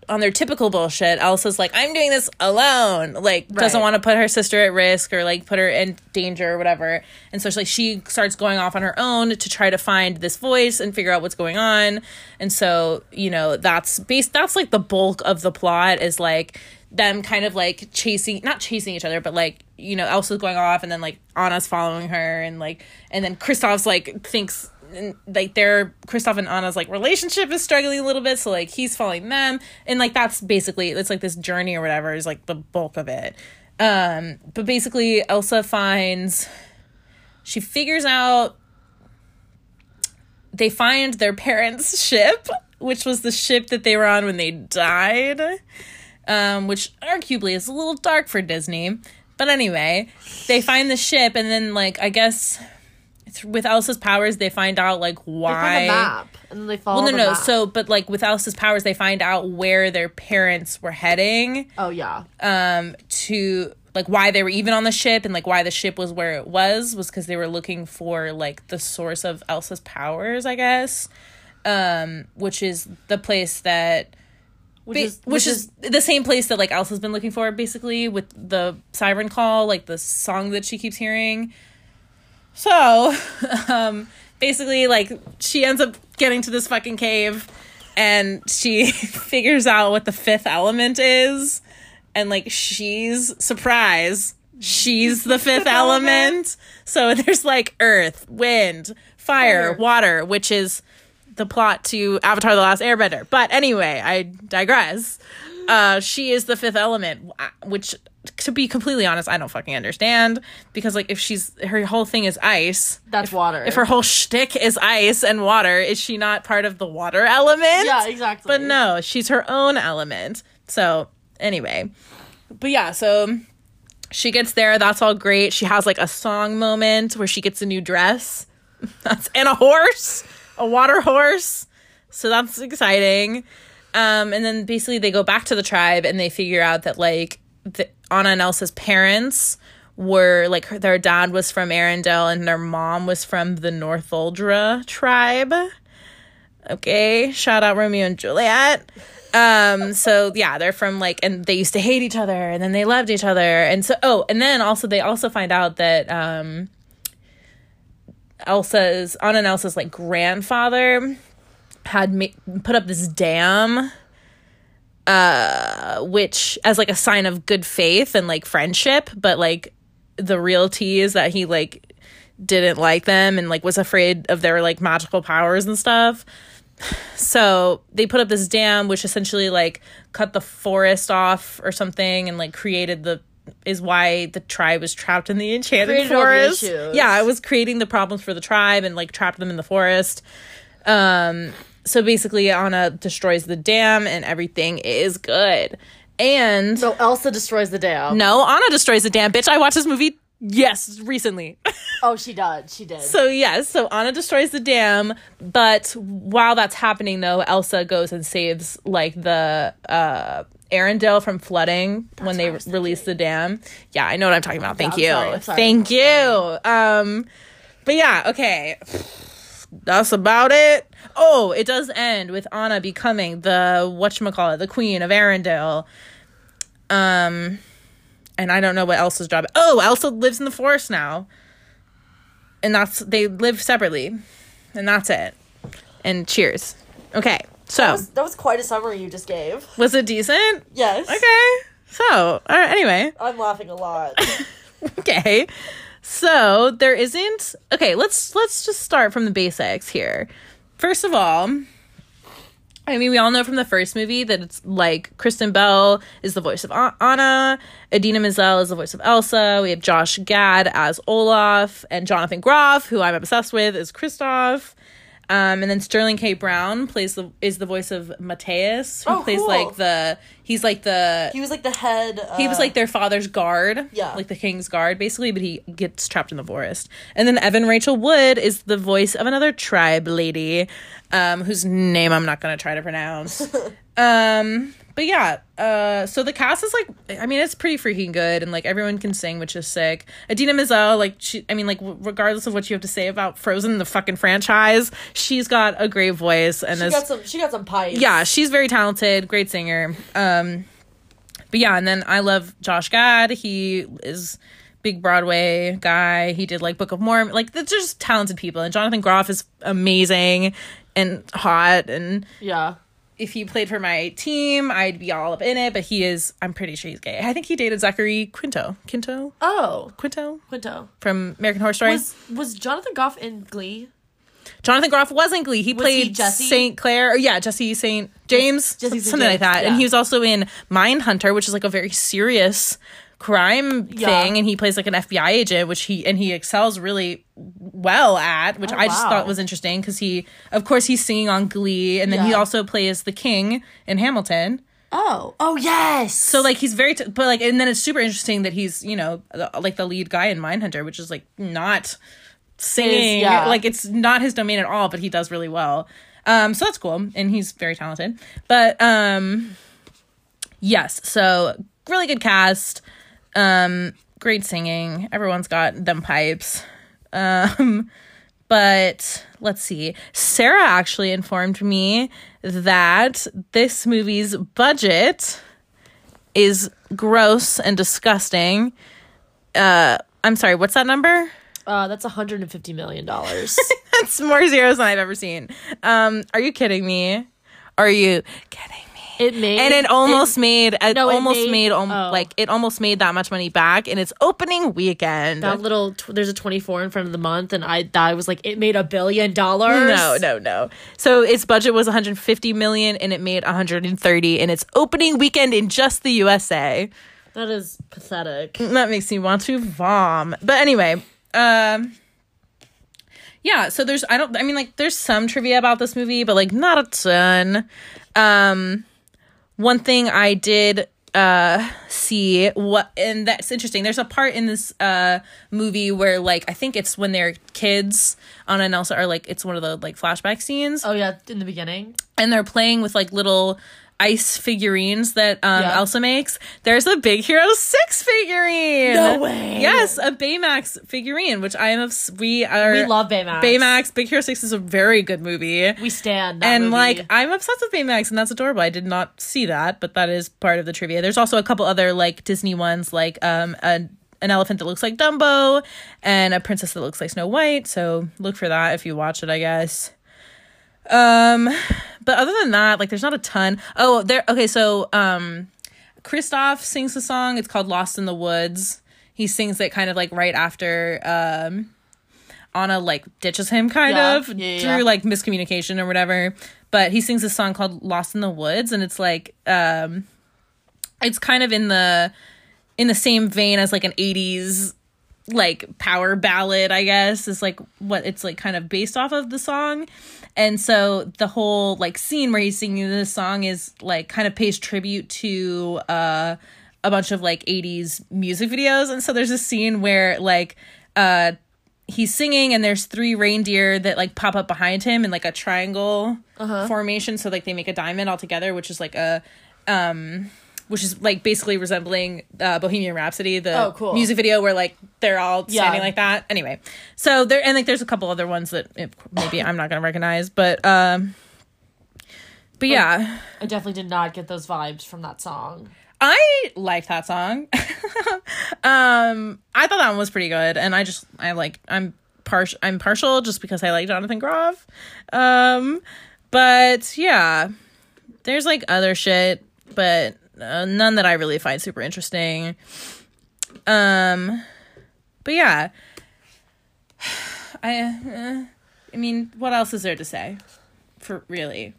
on their typical bullshit. Elsa's like, I'm doing this alone. Like, doesn't
Right.
want to put her sister at risk or like put her in danger or whatever. And so she, like she starts going off on her own to try to find this voice and figure out what's going on. And so you know that's based. That's like the bulk of the plot is like them kind of like chasing, not chasing each other, but like you know Elsa's going off and then like Anna's following her and like and then Kristoff's like thinks and, like their Kristoff and Anna's like relationship is struggling a little bit, so like he's following them, and like that's basically it's like this journey or whatever is like the bulk of it. Um, but basically, Elsa finds she figures out they find their parents' ship, which was the ship that they were on when they died, um, which arguably is a little dark for Disney. But anyway, they find the ship, and then like I guess th- with Elsa's powers, they find out like why.
Like a map, and then they follow.
Well, no,
the
no.
map.
So, but like with Elsa's powers, they find out where their parents were heading
oh yeah,
um to like why they were even on the ship and like why the ship was where it was was because they were looking for like the source of Elsa's powers, I guess. Um, which is the place that
which
ba- which,
is
is, the same place that like Elsa's been looking for basically with the siren call, like the song that she keeps hearing. So, um basically like she ends up getting to this fucking cave and she figures out what the fifth element is and like she's surprise she's the fifth element so there's like earth wind fire water which is the plot to avatar the last airbender but anyway i digress uh she is the fifth element wh- which to be completely honest i don't fucking understand because like if she's her whole thing is ice
that's water.
if her whole shtick is ice and water, is she not part of the water element?
yeah, exactly.
But no, she's her own element. So anyway, but yeah, so she gets there. That's all great. She has like a song moment where she gets a new dress. That's and a horse, a water horse. So that's exciting. Um, and then basically they go back to the tribe and they figure out that like the, Anna and Elsa's parents were like her, their dad was from Arendelle and their mom was from the Northuldra tribe. Okay, shout out Romeo and Juliet. Um, so yeah, they're from like, and they used to hate each other, and then they loved each other, and so oh, and then also they also find out that um, Elsa's Anna and Elsa's like grandfather had ma- put up this dam, uh, which as like a sign of good faith and like friendship, but like the real tea is that he like didn't like them and like was afraid of their like magical powers and stuff. So they put up this dam which essentially like cut the forest off or something and like created the is why the tribe was trapped in the enchanted
Created all the
forest.
issues.
yeah, it was creating the problems for the tribe and like trapped them in the forest. Um so basically Anna destroys the dam and everything is good. And
so Elsa destroys the dam.
no, Anna destroys the dam, bitch. I watched this movie yes, recently.
Oh, she did. She did.
So yes, so Anna destroys the dam, but while that's happening though, Elsa goes and saves like the uh Arendelle from flooding when they released the dam. Yeah, I know what I'm talking about. Thank
I'm
you.
sorry, I'm sorry.
Thank you. Um but yeah, okay. That's about it. Oh, it does end with Anna becoming the whatchamacallit, the queen of Arendelle. Um and I don't know what Elsa's job. Oh, Elsa lives in the forest now and that's they live separately, and that's it. And cheers. Okay, so was,
that was quite a summary you just gave.
it decent?
Yes.
Okay, so all right. Anyway,
I'm laughing a lot.
okay, so there isn't. Okay, let's let's just start from the basics here. First of all, I mean, we all know from the first movie that it's like Kristen Bell is the voice of A- Anna, Adina Menzel is the voice of Elsa. We have Josh Gad as Olaf, and Jonathan Groff, who I'm obsessed with, is Kristoff. Um, and then Sterling K. Brown plays the is the voice of Mateus, who
Oh,
plays
cool.
like the he's like the
He was like the head. Uh,
he was like their father's guard,
Yeah.
like the king's guard, basically. But he gets trapped in the forest. And then Evan Rachel Wood is the voice of another tribe lady, um, whose name I'm not gonna try to pronounce. um, but yeah, uh, so the cast is like, I mean, it's pretty freaking good, and like everyone can sing, which is sick. Adina Menzel, like she, I mean, like w- regardless of what you have to say about Frozen, the fucking franchise, she's got a great voice and
She
is
got some. She got some pipes.
yeah, she's very talented, great singer. Um, but yeah, and then I love Josh Gad. He is big Broadway guy. He did like Book of Mormon. Like they're just talented people. And Jonathan Groff is amazing and hot. And
Yeah.
if he played for my team, I'd be all up in it. But he is. I'm pretty sure he's gay. I think he dated Zachary Quinto. Quinto.
Oh,
Quinto
Quinto.
from American Horror Story.
Was was Jonathan Goff in Glee?
Jonathan Groff was in Glee. He
Was he
played
Jesse?
St. Clair. Or yeah, Jesse St. James.
Jesse St.
something
James,
like that. And
yeah.
he was also in Mindhunter, which is like a very serious crime
Yeah.
thing. And he plays like an FBI agent, which he and he excels really well at, which
Oh,
I just
wow.
thought was interesting because he, of course, he's singing on Glee. And then he
Yeah.
also plays the king in Hamilton.
Oh. Oh yes.
So like he's very, t- but like, and then it's super interesting that he's you know the, like the lead guy in Mindhunter, which is like not singing,
yeah.
like it's not his domain at all, but he does really well. Um, so that's cool, and he's very talented. But um, yes, so really good cast, um, great singing. Everyone's got them pipes. Um, but let's see. Sarah actually informed me that this movie's budget is gross and disgusting. Uh, I'm sorry, what's that number?
uh, that's 150 million dollars.
That's more zeros than I've ever seen. Um, are you kidding me? Are you kidding me?
it made
and it almost made it
No, it
almost
made-
made, um,
oh.
like it almost made that much money back in its opening weekend.
that little tw- there's a 24 in front of the month and I that was like it made a billion dollars.
no, no, no. So its budget was 150 million and it made 130 in its opening weekend in just the USA.
That is pathetic.
that makes me want to vom. But anyway, um yeah, so there's I don't I mean like there's some trivia about this movie, but like not a ton. Um one thing I did uh see what and that's interesting. There's a part in this uh movie where like I think it's when they're kids Anna and Elsa are like it's one of the like flashback scenes
Oh yeah, in the beginning.
and they're playing with like little ice figurines that um,
Yeah.
Elsa makes. There's a Big Hero Six figurine.
No way.
Yes, a Baymax figurine, which I am. Obs- we are.
We love Baymax.
Baymax. Big Hero Six is a very good movie.
We stand. That
and
movie.
like I'm obsessed with Baymax, and that's adorable. I did not see that, but that is part of the trivia. There's also a couple other like Disney ones, like um a, an elephant that looks like Dumbo, and a princess that looks like Snow White. So look for that if you watch it, I guess. Um, but other than that, like there's not a ton. Oh, there. Okay, so um, Kristoff sings a song. It's called "Lost in the Woods." He sings it kind of like right after um, Anna like ditches him, kind
Yeah,
of
yeah, yeah,
through
yeah.
like miscommunication or whatever. But he sings a song called "Lost in the Woods," and it's like um, it's kind of in the in the same vein as like an '80s like power ballad, I guess, is like what it's like kind of based off of the song. And so the whole like scene where he's singing this song is like kind of pays tribute to uh a bunch of like 80s music videos. And so there's a scene where like uh he's singing and there's three reindeer that like pop up behind him in like a triangle
Uh-huh.
formation so like they make a diamond all together which is like a um, which is like basically resembling uh, Bohemian Rhapsody, the
Oh, cool.
music video where like they're all
Yeah.
standing like that. Anyway, so there and like there's a couple other ones that eh, maybe I'm not gonna recognize, but um, but yeah,
I definitely did not get those vibes from that song.
I like that song. um, I thought that one was pretty good, and I just I like I'm partial I'm partial just because I like Jonathan Groff. Um, but yeah, there's like other shit, but uh, none that I really find super interesting. Um, but yeah, I uh, I mean, what else is there to say? For really,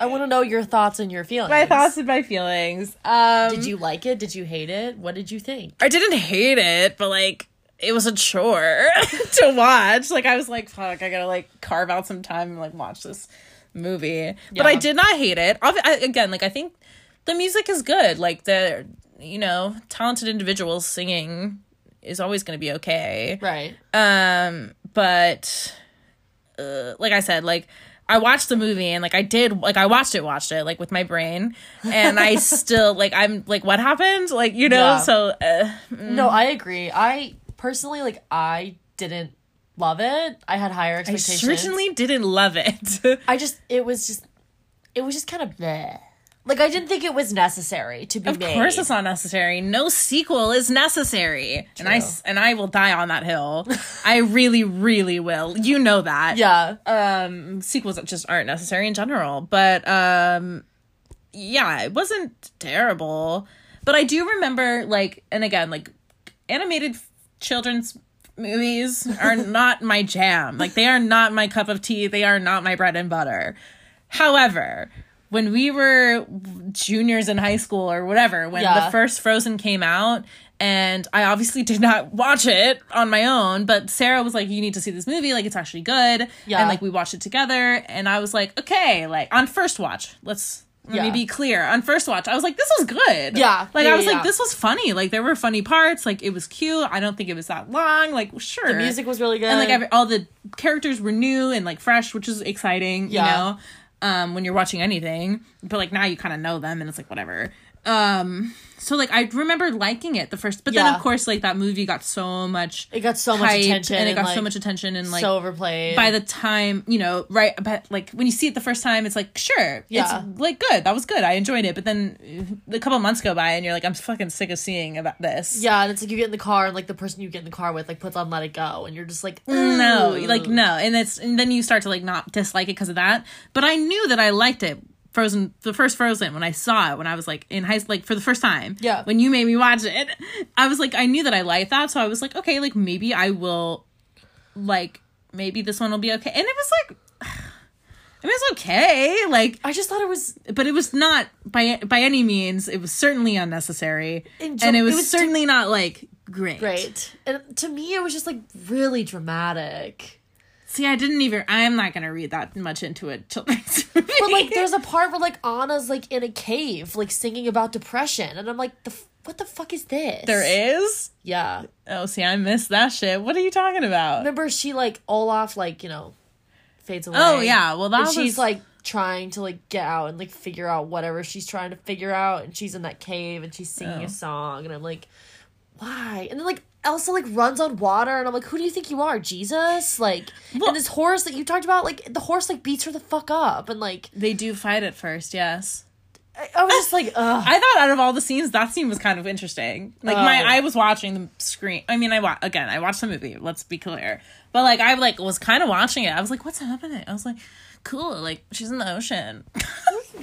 I want to know your thoughts and your feelings.
my thoughts and my feelings. Um,
Did you like it? Did you hate it? What did you think?
I didn't hate it, but like it was a chore to watch. Like I was like, fuck, I gotta like carve out some time and like watch this movie. But I
Yeah.
did not hate it. Obvi- I, again, like I think the music is good. Like the you know talented individuals singing is always gonna be okay
Right.
um but uh, like i said like I watched the movie and like I did like I watched it, watched it like with my brain, and I still like I'm like what happened like you know
Yeah.
so uh,
Um,
No, I agree. I personally like I didn't love it. I had higher
I
expectations.
certainly didn't love it.
I just it was just it was just kind of bleh. like I didn't think it was necessary to be
Of
made.
course, it's not necessary. No sequel is necessary, and I s- and I will die on that hill. I really, really will. You know that.
Yeah. Uh,
Um, sequels just aren't necessary in general, but um, yeah, it wasn't terrible. But I do remember, like, and again, like, animated children's movies are not my jam. Like, they are not my cup of tea. They are not my bread and butter. However, when we were juniors in high school or whatever, when
Yeah.
the first Frozen came out, and I obviously did not watch it on my own, but Sarah was like, You need to see this movie. Like, it's actually good.
Yeah.
And like, we watched it together. And I was like, Okay, like, on first watch, let's. Let me
Yeah.
be clear. On first watch, I was like, "This was good."
Yeah.
like
Yeah,
I was
yeah.
like, "This was funny." Like there were funny parts. Like it was cute. I don't think it was that long. Like sure,
The music was really good.
and like every, all the characters were new and like fresh, which is exciting,
Yeah.
you know, um, when you're watching anything. But like now you kind of know them and it's like whatever. Um, so like I remember liking it the first, but then
Yeah.
of course like that movie got so much
it got so much
hype
attention
and it got so
like,
much attention and like
so overplayed.
by the time you know right but like when you see it the first time it's like sure
Yeah.
it's like good that was good i enjoyed it but then uh, a couple months go by and you're like i'm fucking sick of seeing about this
yeah, and it's like you get in the car and like the person you get in the car with like puts on "Let It Go" and you're just like, "Mm."
no
"Ooh."
like no and it's and then you start to like not dislike it because of that but i knew that i liked it frozen the first frozen when i saw it when i was like in high like for the first time
Yeah.
when you made me watch it i was like i knew that i liked that so i was like okay like maybe i will like maybe this one will be okay and it was like I mean, it's okay. Like,
I just thought it was
but it was not by by any means. It was certainly unnecessary,
And
and,
jo-
it was,
it was
certainly not like great.
great, and to me it was just like really dramatic.
See, I didn't even. I'm not gonna read that much into a children's movie.
But like, there's a part where like Anna's like in a cave, like singing about depression, and I'm like, the f- what the fuck is this?
there is.
yeah.
Oh, see, I missed that shit. What are you talking about?
Remember, she like Olaf, like you know, fades away.
Oh yeah, well that
and
was
she's like trying to like get out and like figure out whatever she's trying to figure out, and she's in that cave and she's singing
Oh.
a song, and I'm like, why? And then like. Elsa like runs on water, and I'm like, "Who do you think you are, Jesus?" Like,
Well-
and this horse that you talked about, like the horse like beats her the fuck up, and like
they do fight at first. Yes,
I, I was just like, "Ugh."
I thought out of all the scenes, that scene was kind of interesting. Like my,
Oh.
I was watching the screen. I mean, I wa- again, I watched the movie. Let's be clear, but like I like was kind of watching it. I was like, what's happening? I was like, cool. Like she's in the ocean.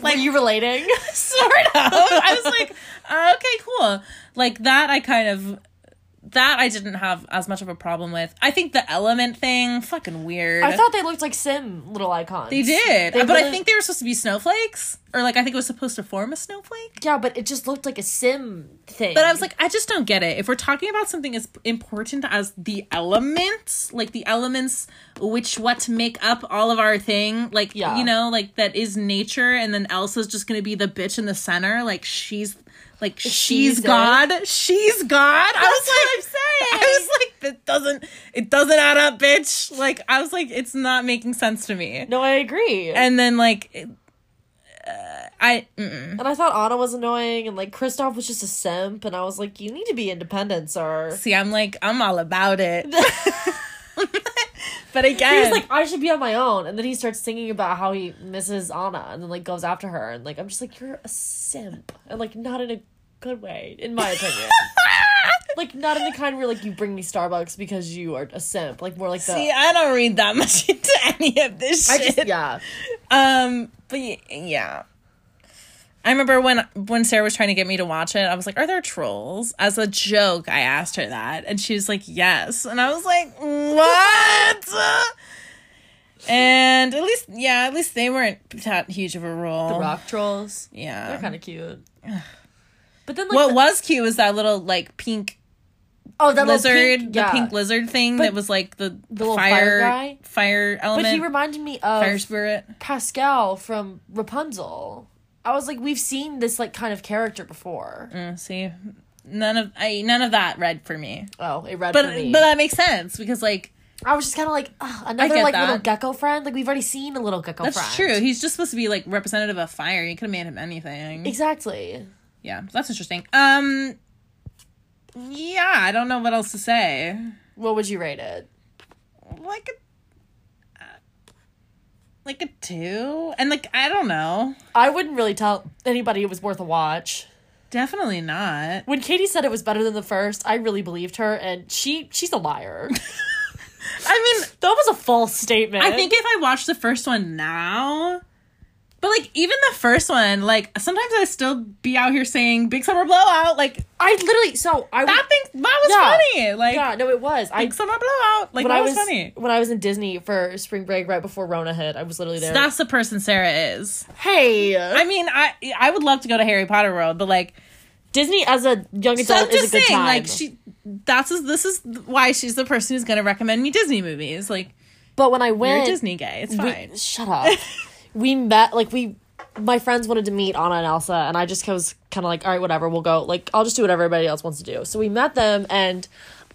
Like you relating?
sort of. I was like, uh, okay, cool. Like that, I kind of that I didn't have as much of a problem with. I think the element thing, fucking weird.
I thought they looked like Sim little icons.
they did,
They
but I
really-
think they were supposed to be snowflakes, or like I think it was supposed to form a snowflake.
Yeah, but it just looked like a Sim thing.
But I was like, I just don't get it. If we're talking about something as important as the elements, like the elements which what make up all of our thing, like
Yeah.
you know, like that is nature, and then Elsa's just gonna be the bitch in the center, like she's like she's
it.
God, she's God. I was like,
That's what I'm saying.
I was like, that doesn't it doesn't add up, bitch. Like I was like, it's not making sense to me.
no, I agree. And,
And then like, it- uh, I. mm.
I thought Anna was annoying, and like Kristoff was just a simp, and I was like, you need to be independent, sir.
See, I'm like, I'm all about it. but
He
again,
was like, I should be on my own, and then he starts singing about how he misses Anna, and then like goes after her, and like I'm just like, you're a simp, and like not in a good way, in my opinion. like not in the kind where like you bring me Starbucks because you are a simp, like more like the.
see, I don't read that much into any of this
I
shit.
just yeah.
Um, but y- yeah. I remember when when Sarah was trying to get me to watch it, I was like, "Are there trolls?" As a joke, I asked her that, and she was like, "Yes," and I was like, "What?" and at least, yeah, at least they weren't that huge of a role.
The rock trolls.
yeah.
They're kind of cute. But then like
what
the-
was cute was that little like pink
oh that little
lizard,
pink,
the
yeah.
pink lizard thing that was like the,
little fire
fire
guy?
fire
But
element,
he reminded me of
fire spirit.
Pascal from Rapunzel. I was like, we've seen this like kind of character before.
Mm, see, none of I none of that read for me,
Oh, it read
but
for me.
but that makes sense because like
I was just kind of like "Ugh, another
get
like little
that.
gecko friend. Like we've already seen a little gecko
That's
friend.
true. He's just supposed to be like representative of fire. You could have made him anything.
Exactly.
yeah, that's interesting. Um, yeah, I don't know what else to say.
What would you rate it?
Like a, uh, like a two, and like I don't know.
I wouldn't really tell anybody it was worth a watch.
Definitely not.
When Katie said it was better than the first, I really believed her, and she she's a liar.
I mean,
that was a false statement.
I think if I watch the first one now, but like even the first one, like sometimes I still be out here saying "Big Summer Blowout." Like
I literally so I
that thing, that was
No.
funny. Like
yeah no it was I
"Big Summer Blowout,"
when
like that
I
was,
was
funny.
when I was in Disney for spring break right before Rona hit I was literally there.
That's the person Sarah is.
hey,
I mean, I I would love to go to Harry Potter World, but like,
Disney as a young
so I'm
adult is a
just
good
saying,
time.
like she, that's this is why she's the person who's going to recommend me Disney movies. Like
but when I
you're
went
a Disney gay, it's
we-
fine.
shut up. we met like we my friends wanted to meet Anna and Elsa and I just was kind of like, all right, whatever, we'll go. Like I'll just do what everybody else wants to do. So we met them and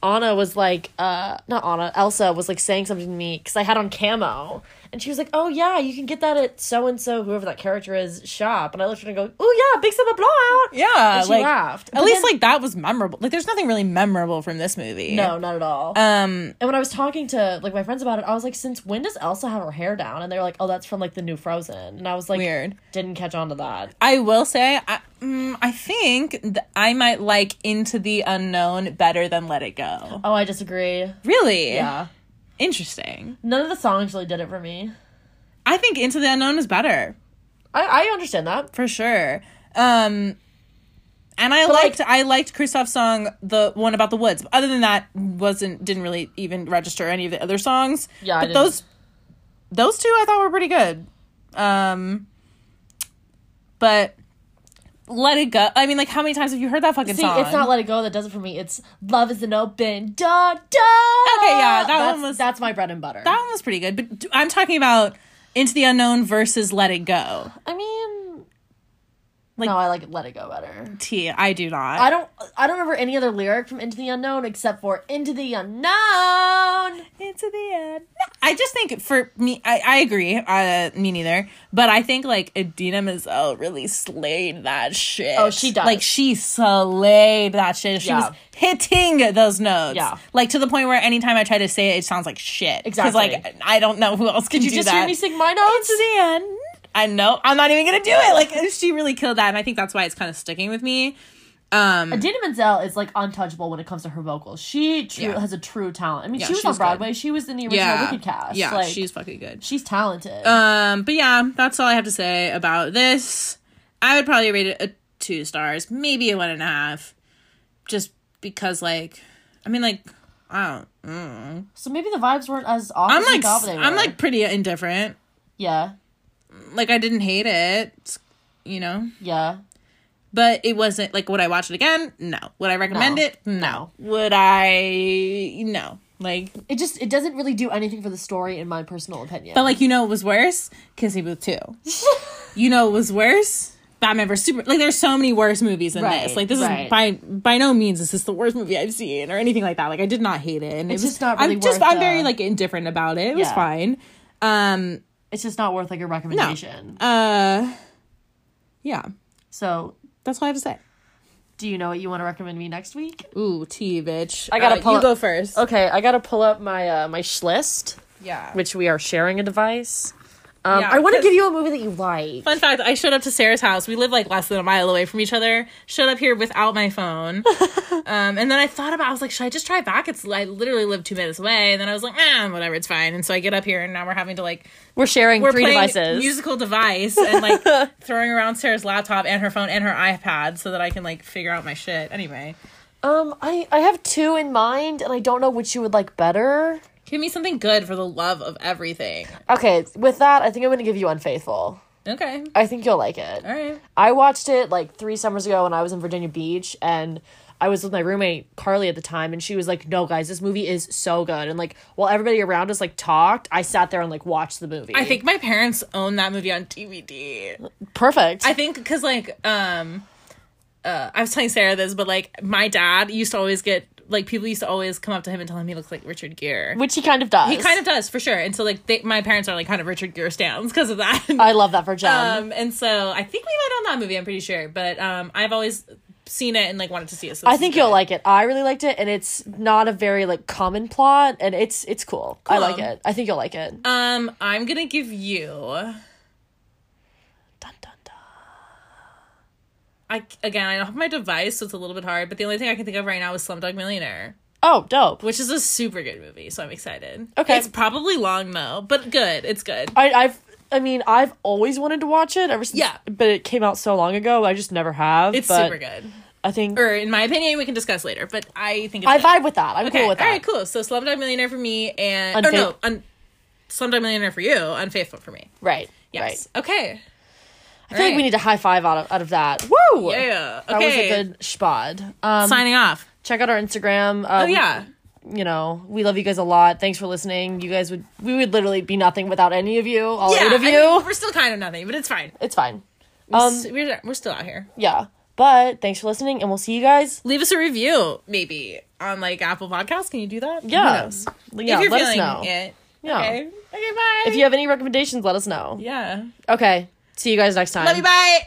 Anna was like, uh, not Anna, Elsa was like saying something to me because I had on camo. And she was like, oh yeah, you can get that at so and so, whoever that character is, shop. And I looked at her and go, oh yeah, big summer blowout.
yeah,
And she
like
laughed.
at
But
least
then-
like that was memorable. Like there's nothing really memorable from this movie.
No, not at all.
Um,
and when I was talking to like my friends about it, I was like, "Since when does Elsa have her hair down?" And they were like, "Oh, that's from like the new Frozen." And I was like,
Weird.
Didn't catch on to that.
I will say, I, mm, I think th- I might like Into the Unknown better than Let It Go.
Oh, I disagree.
Really?
Yeah.
Interesting.
None of the songs really did it for me.
I think Into the Unknown is better
I, I understand that.
for sure. Um, and I
like-
liked I liked Christoph's song, the one about the woods. But other than that, wasn't didn't really even register any of the other songs.
Yeah, I
but
didn't-
those those two I thought were pretty good. Um, but Let It Go. I mean, like, how many times have you heard that fucking
See,
song?
it's not Let It Go that does it for me. It's Love is an Open Door. Okay,
Okay, yeah, that
that's,
one was-
That's my bread and butter.
That one was pretty good, but d- I'm talking about Into the Unknown versus Let It Go.
I mean,
Like-
no, I like Let It Go better.
T, I do not.
I don't. I don't remember any other lyric from Into the Unknown except for Into the Unknown.
Into the Unknown. I just think for me, I, I agree. Uh, me neither. But I think like Adina Menzel really slayed that shit.
Oh, she does.
Like she slayed that shit. She
Yeah.
was hitting those notes.
Yeah.
Like to the point where anytime I try to say it, it sounds like shit. Because
Exactly.
like I don't know who else can
Did
do
you just
that.
hear me sing my notes?
Suzanne. I know. I'm not even gonna do it. Like she really killed that, and I think that's why it's kind of sticking with me. Um,
Adina Menzel is like untouchable when it comes to her vocals. She true,
Yeah.
has a true talent. I mean,
Yeah,
she was
she's
on
good.
Broadway. She was in the original Wicked cast.
yeah,
like,
she's fucking good.
she's talented.
Um, but yeah, that's all I have to say about this. I would probably rate it a two stars, maybe a one and a half, just because like, I mean like, I don't.
so maybe the vibes weren't as awesome.
I'm like,
as I thought they
I'm
were.
like pretty indifferent.
yeah,
Like I didn't hate it, you know.
yeah.
but it wasn't like would I watch it again? No. Would I recommend
No.
it? No. Would I? No. Like,
It just it doesn't really do anything for the story, in my personal opinion.
but like you know, it was worse. Kissy Booth two. you know, it was worse. Batman vs Super. Like, there's so many worse movies than
Right,
this. Like, this
right.
is by by no means is this the worst movie I've seen or anything like that. Like, I did not hate it, and
It's
it was
just not really
I'm just
worth
I'm
the-
very like indifferent about it. It was
Yeah.
fine. Um.
it's just not worth like a
No.
recommendation.
Uh. Yeah.
So,
That's all I have to say.
do you know what you want to recommend me next week?
Ooh, tea, bitch.
I gotta
Uh,
pull
you
up-
go first.
Okay, I gotta pull up my uh, my schlist,
Yeah.
which we are sharing a device. Um,
Yeah,
I want to
'cause-
give you a movie that you like.
Fun fact, I showed up to Sarah's house. We live like less than a mile away from each other. Showed up here without my phone. um, and then I thought about I was like, should I just drive back? It's I literally live two minutes away. And then I was like, ah, whatever, it's fine. And so I get up here and now we're having to like
We're sharing
we're
three
playing
devices.
musical device and like throwing around Sarah's laptop and her phone and her iPad so that I can like figure out my shit. Anyway.
Um, I I have two in mind, and I don't know which you would like better.
Give me something good for the love of everything.
Okay, with that, I think I'm gonna give you Unfaithful.
Okay.
I think you'll like it.
All right.
I watched it like three summers ago when I was in Virginia Beach, and I was with my roommate Carly at the time, and she was like, "No, guys, this movie is so good." And like, while everybody around us like talked, I sat there and like watched the movie.
I think my parents own that movie on DVD.
perfect.
I think because like um, uh, I was telling Sarah this, but like my dad used to always get like people used to always come up to him and tell him he looks like Richard Gere.
Which he kind of does.
He kind of does for sure. And so like they, my parents are like kind of Richard Gere stands because of that.
I love that for Jen.
um, and so I think we might own that movie. I'm pretty sure, but um, I've always seen it and like wanted to see it. So
I
this
think
is
you'll
good.
like it. I really liked it, and it's not a very like common plot, and it's it's cool. I like
Cool.
it. I think you'll like it.
Um, I'm gonna give you.
Dun, dun, dun.
I again, I don't have my device, so it's a little bit hard. But the only thing I can think of right now is Slumdog Millionaire,
Oh, dope.
which is a super good movie. So I'm excited.
Okay.
it's probably long though, but good. It's good.
I, I've I mean I've always wanted to watch it ever since.
Yeah.
but it came out so long ago. I just never have.
It's
but
super good.
I think
Or in my opinion, we can discuss later. But I think it's
I
good.
vibe with that. I'm
Okay.
cool with that.
All right, cool. So Slumdog Millionaire for me, and
Unfaith-
oh no, un- Slumdog Millionaire for you, Unfaithful for me.
Right.
Yes.
Right.
Okay.
I feel like we need to high five out of out of that. Woo!
Yeah.
That was
Okay.
a good spod. Um,
Signing off.
check out our Instagram. Um,
Oh yeah.
You know, we love you guys a lot. Thanks for listening. You guys would we would literally be nothing without any of you, all
yeah.
eight of
I
you.
mean, we're still kind of nothing, but it's fine.
it's fine.
Um, we're we're still out here.
Yeah. But thanks for listening, and we'll see you guys.
leave us a review maybe on like Apple Podcasts. Can you do that? Who
Yeah.
knows?
Yeah.
if you're
Let us
feeling
know.
it.
Yeah.
Okay. Okay. Bye.
If you have any recommendations, let us know.
yeah.
Okay. See you guys next time.
Love you. Bye.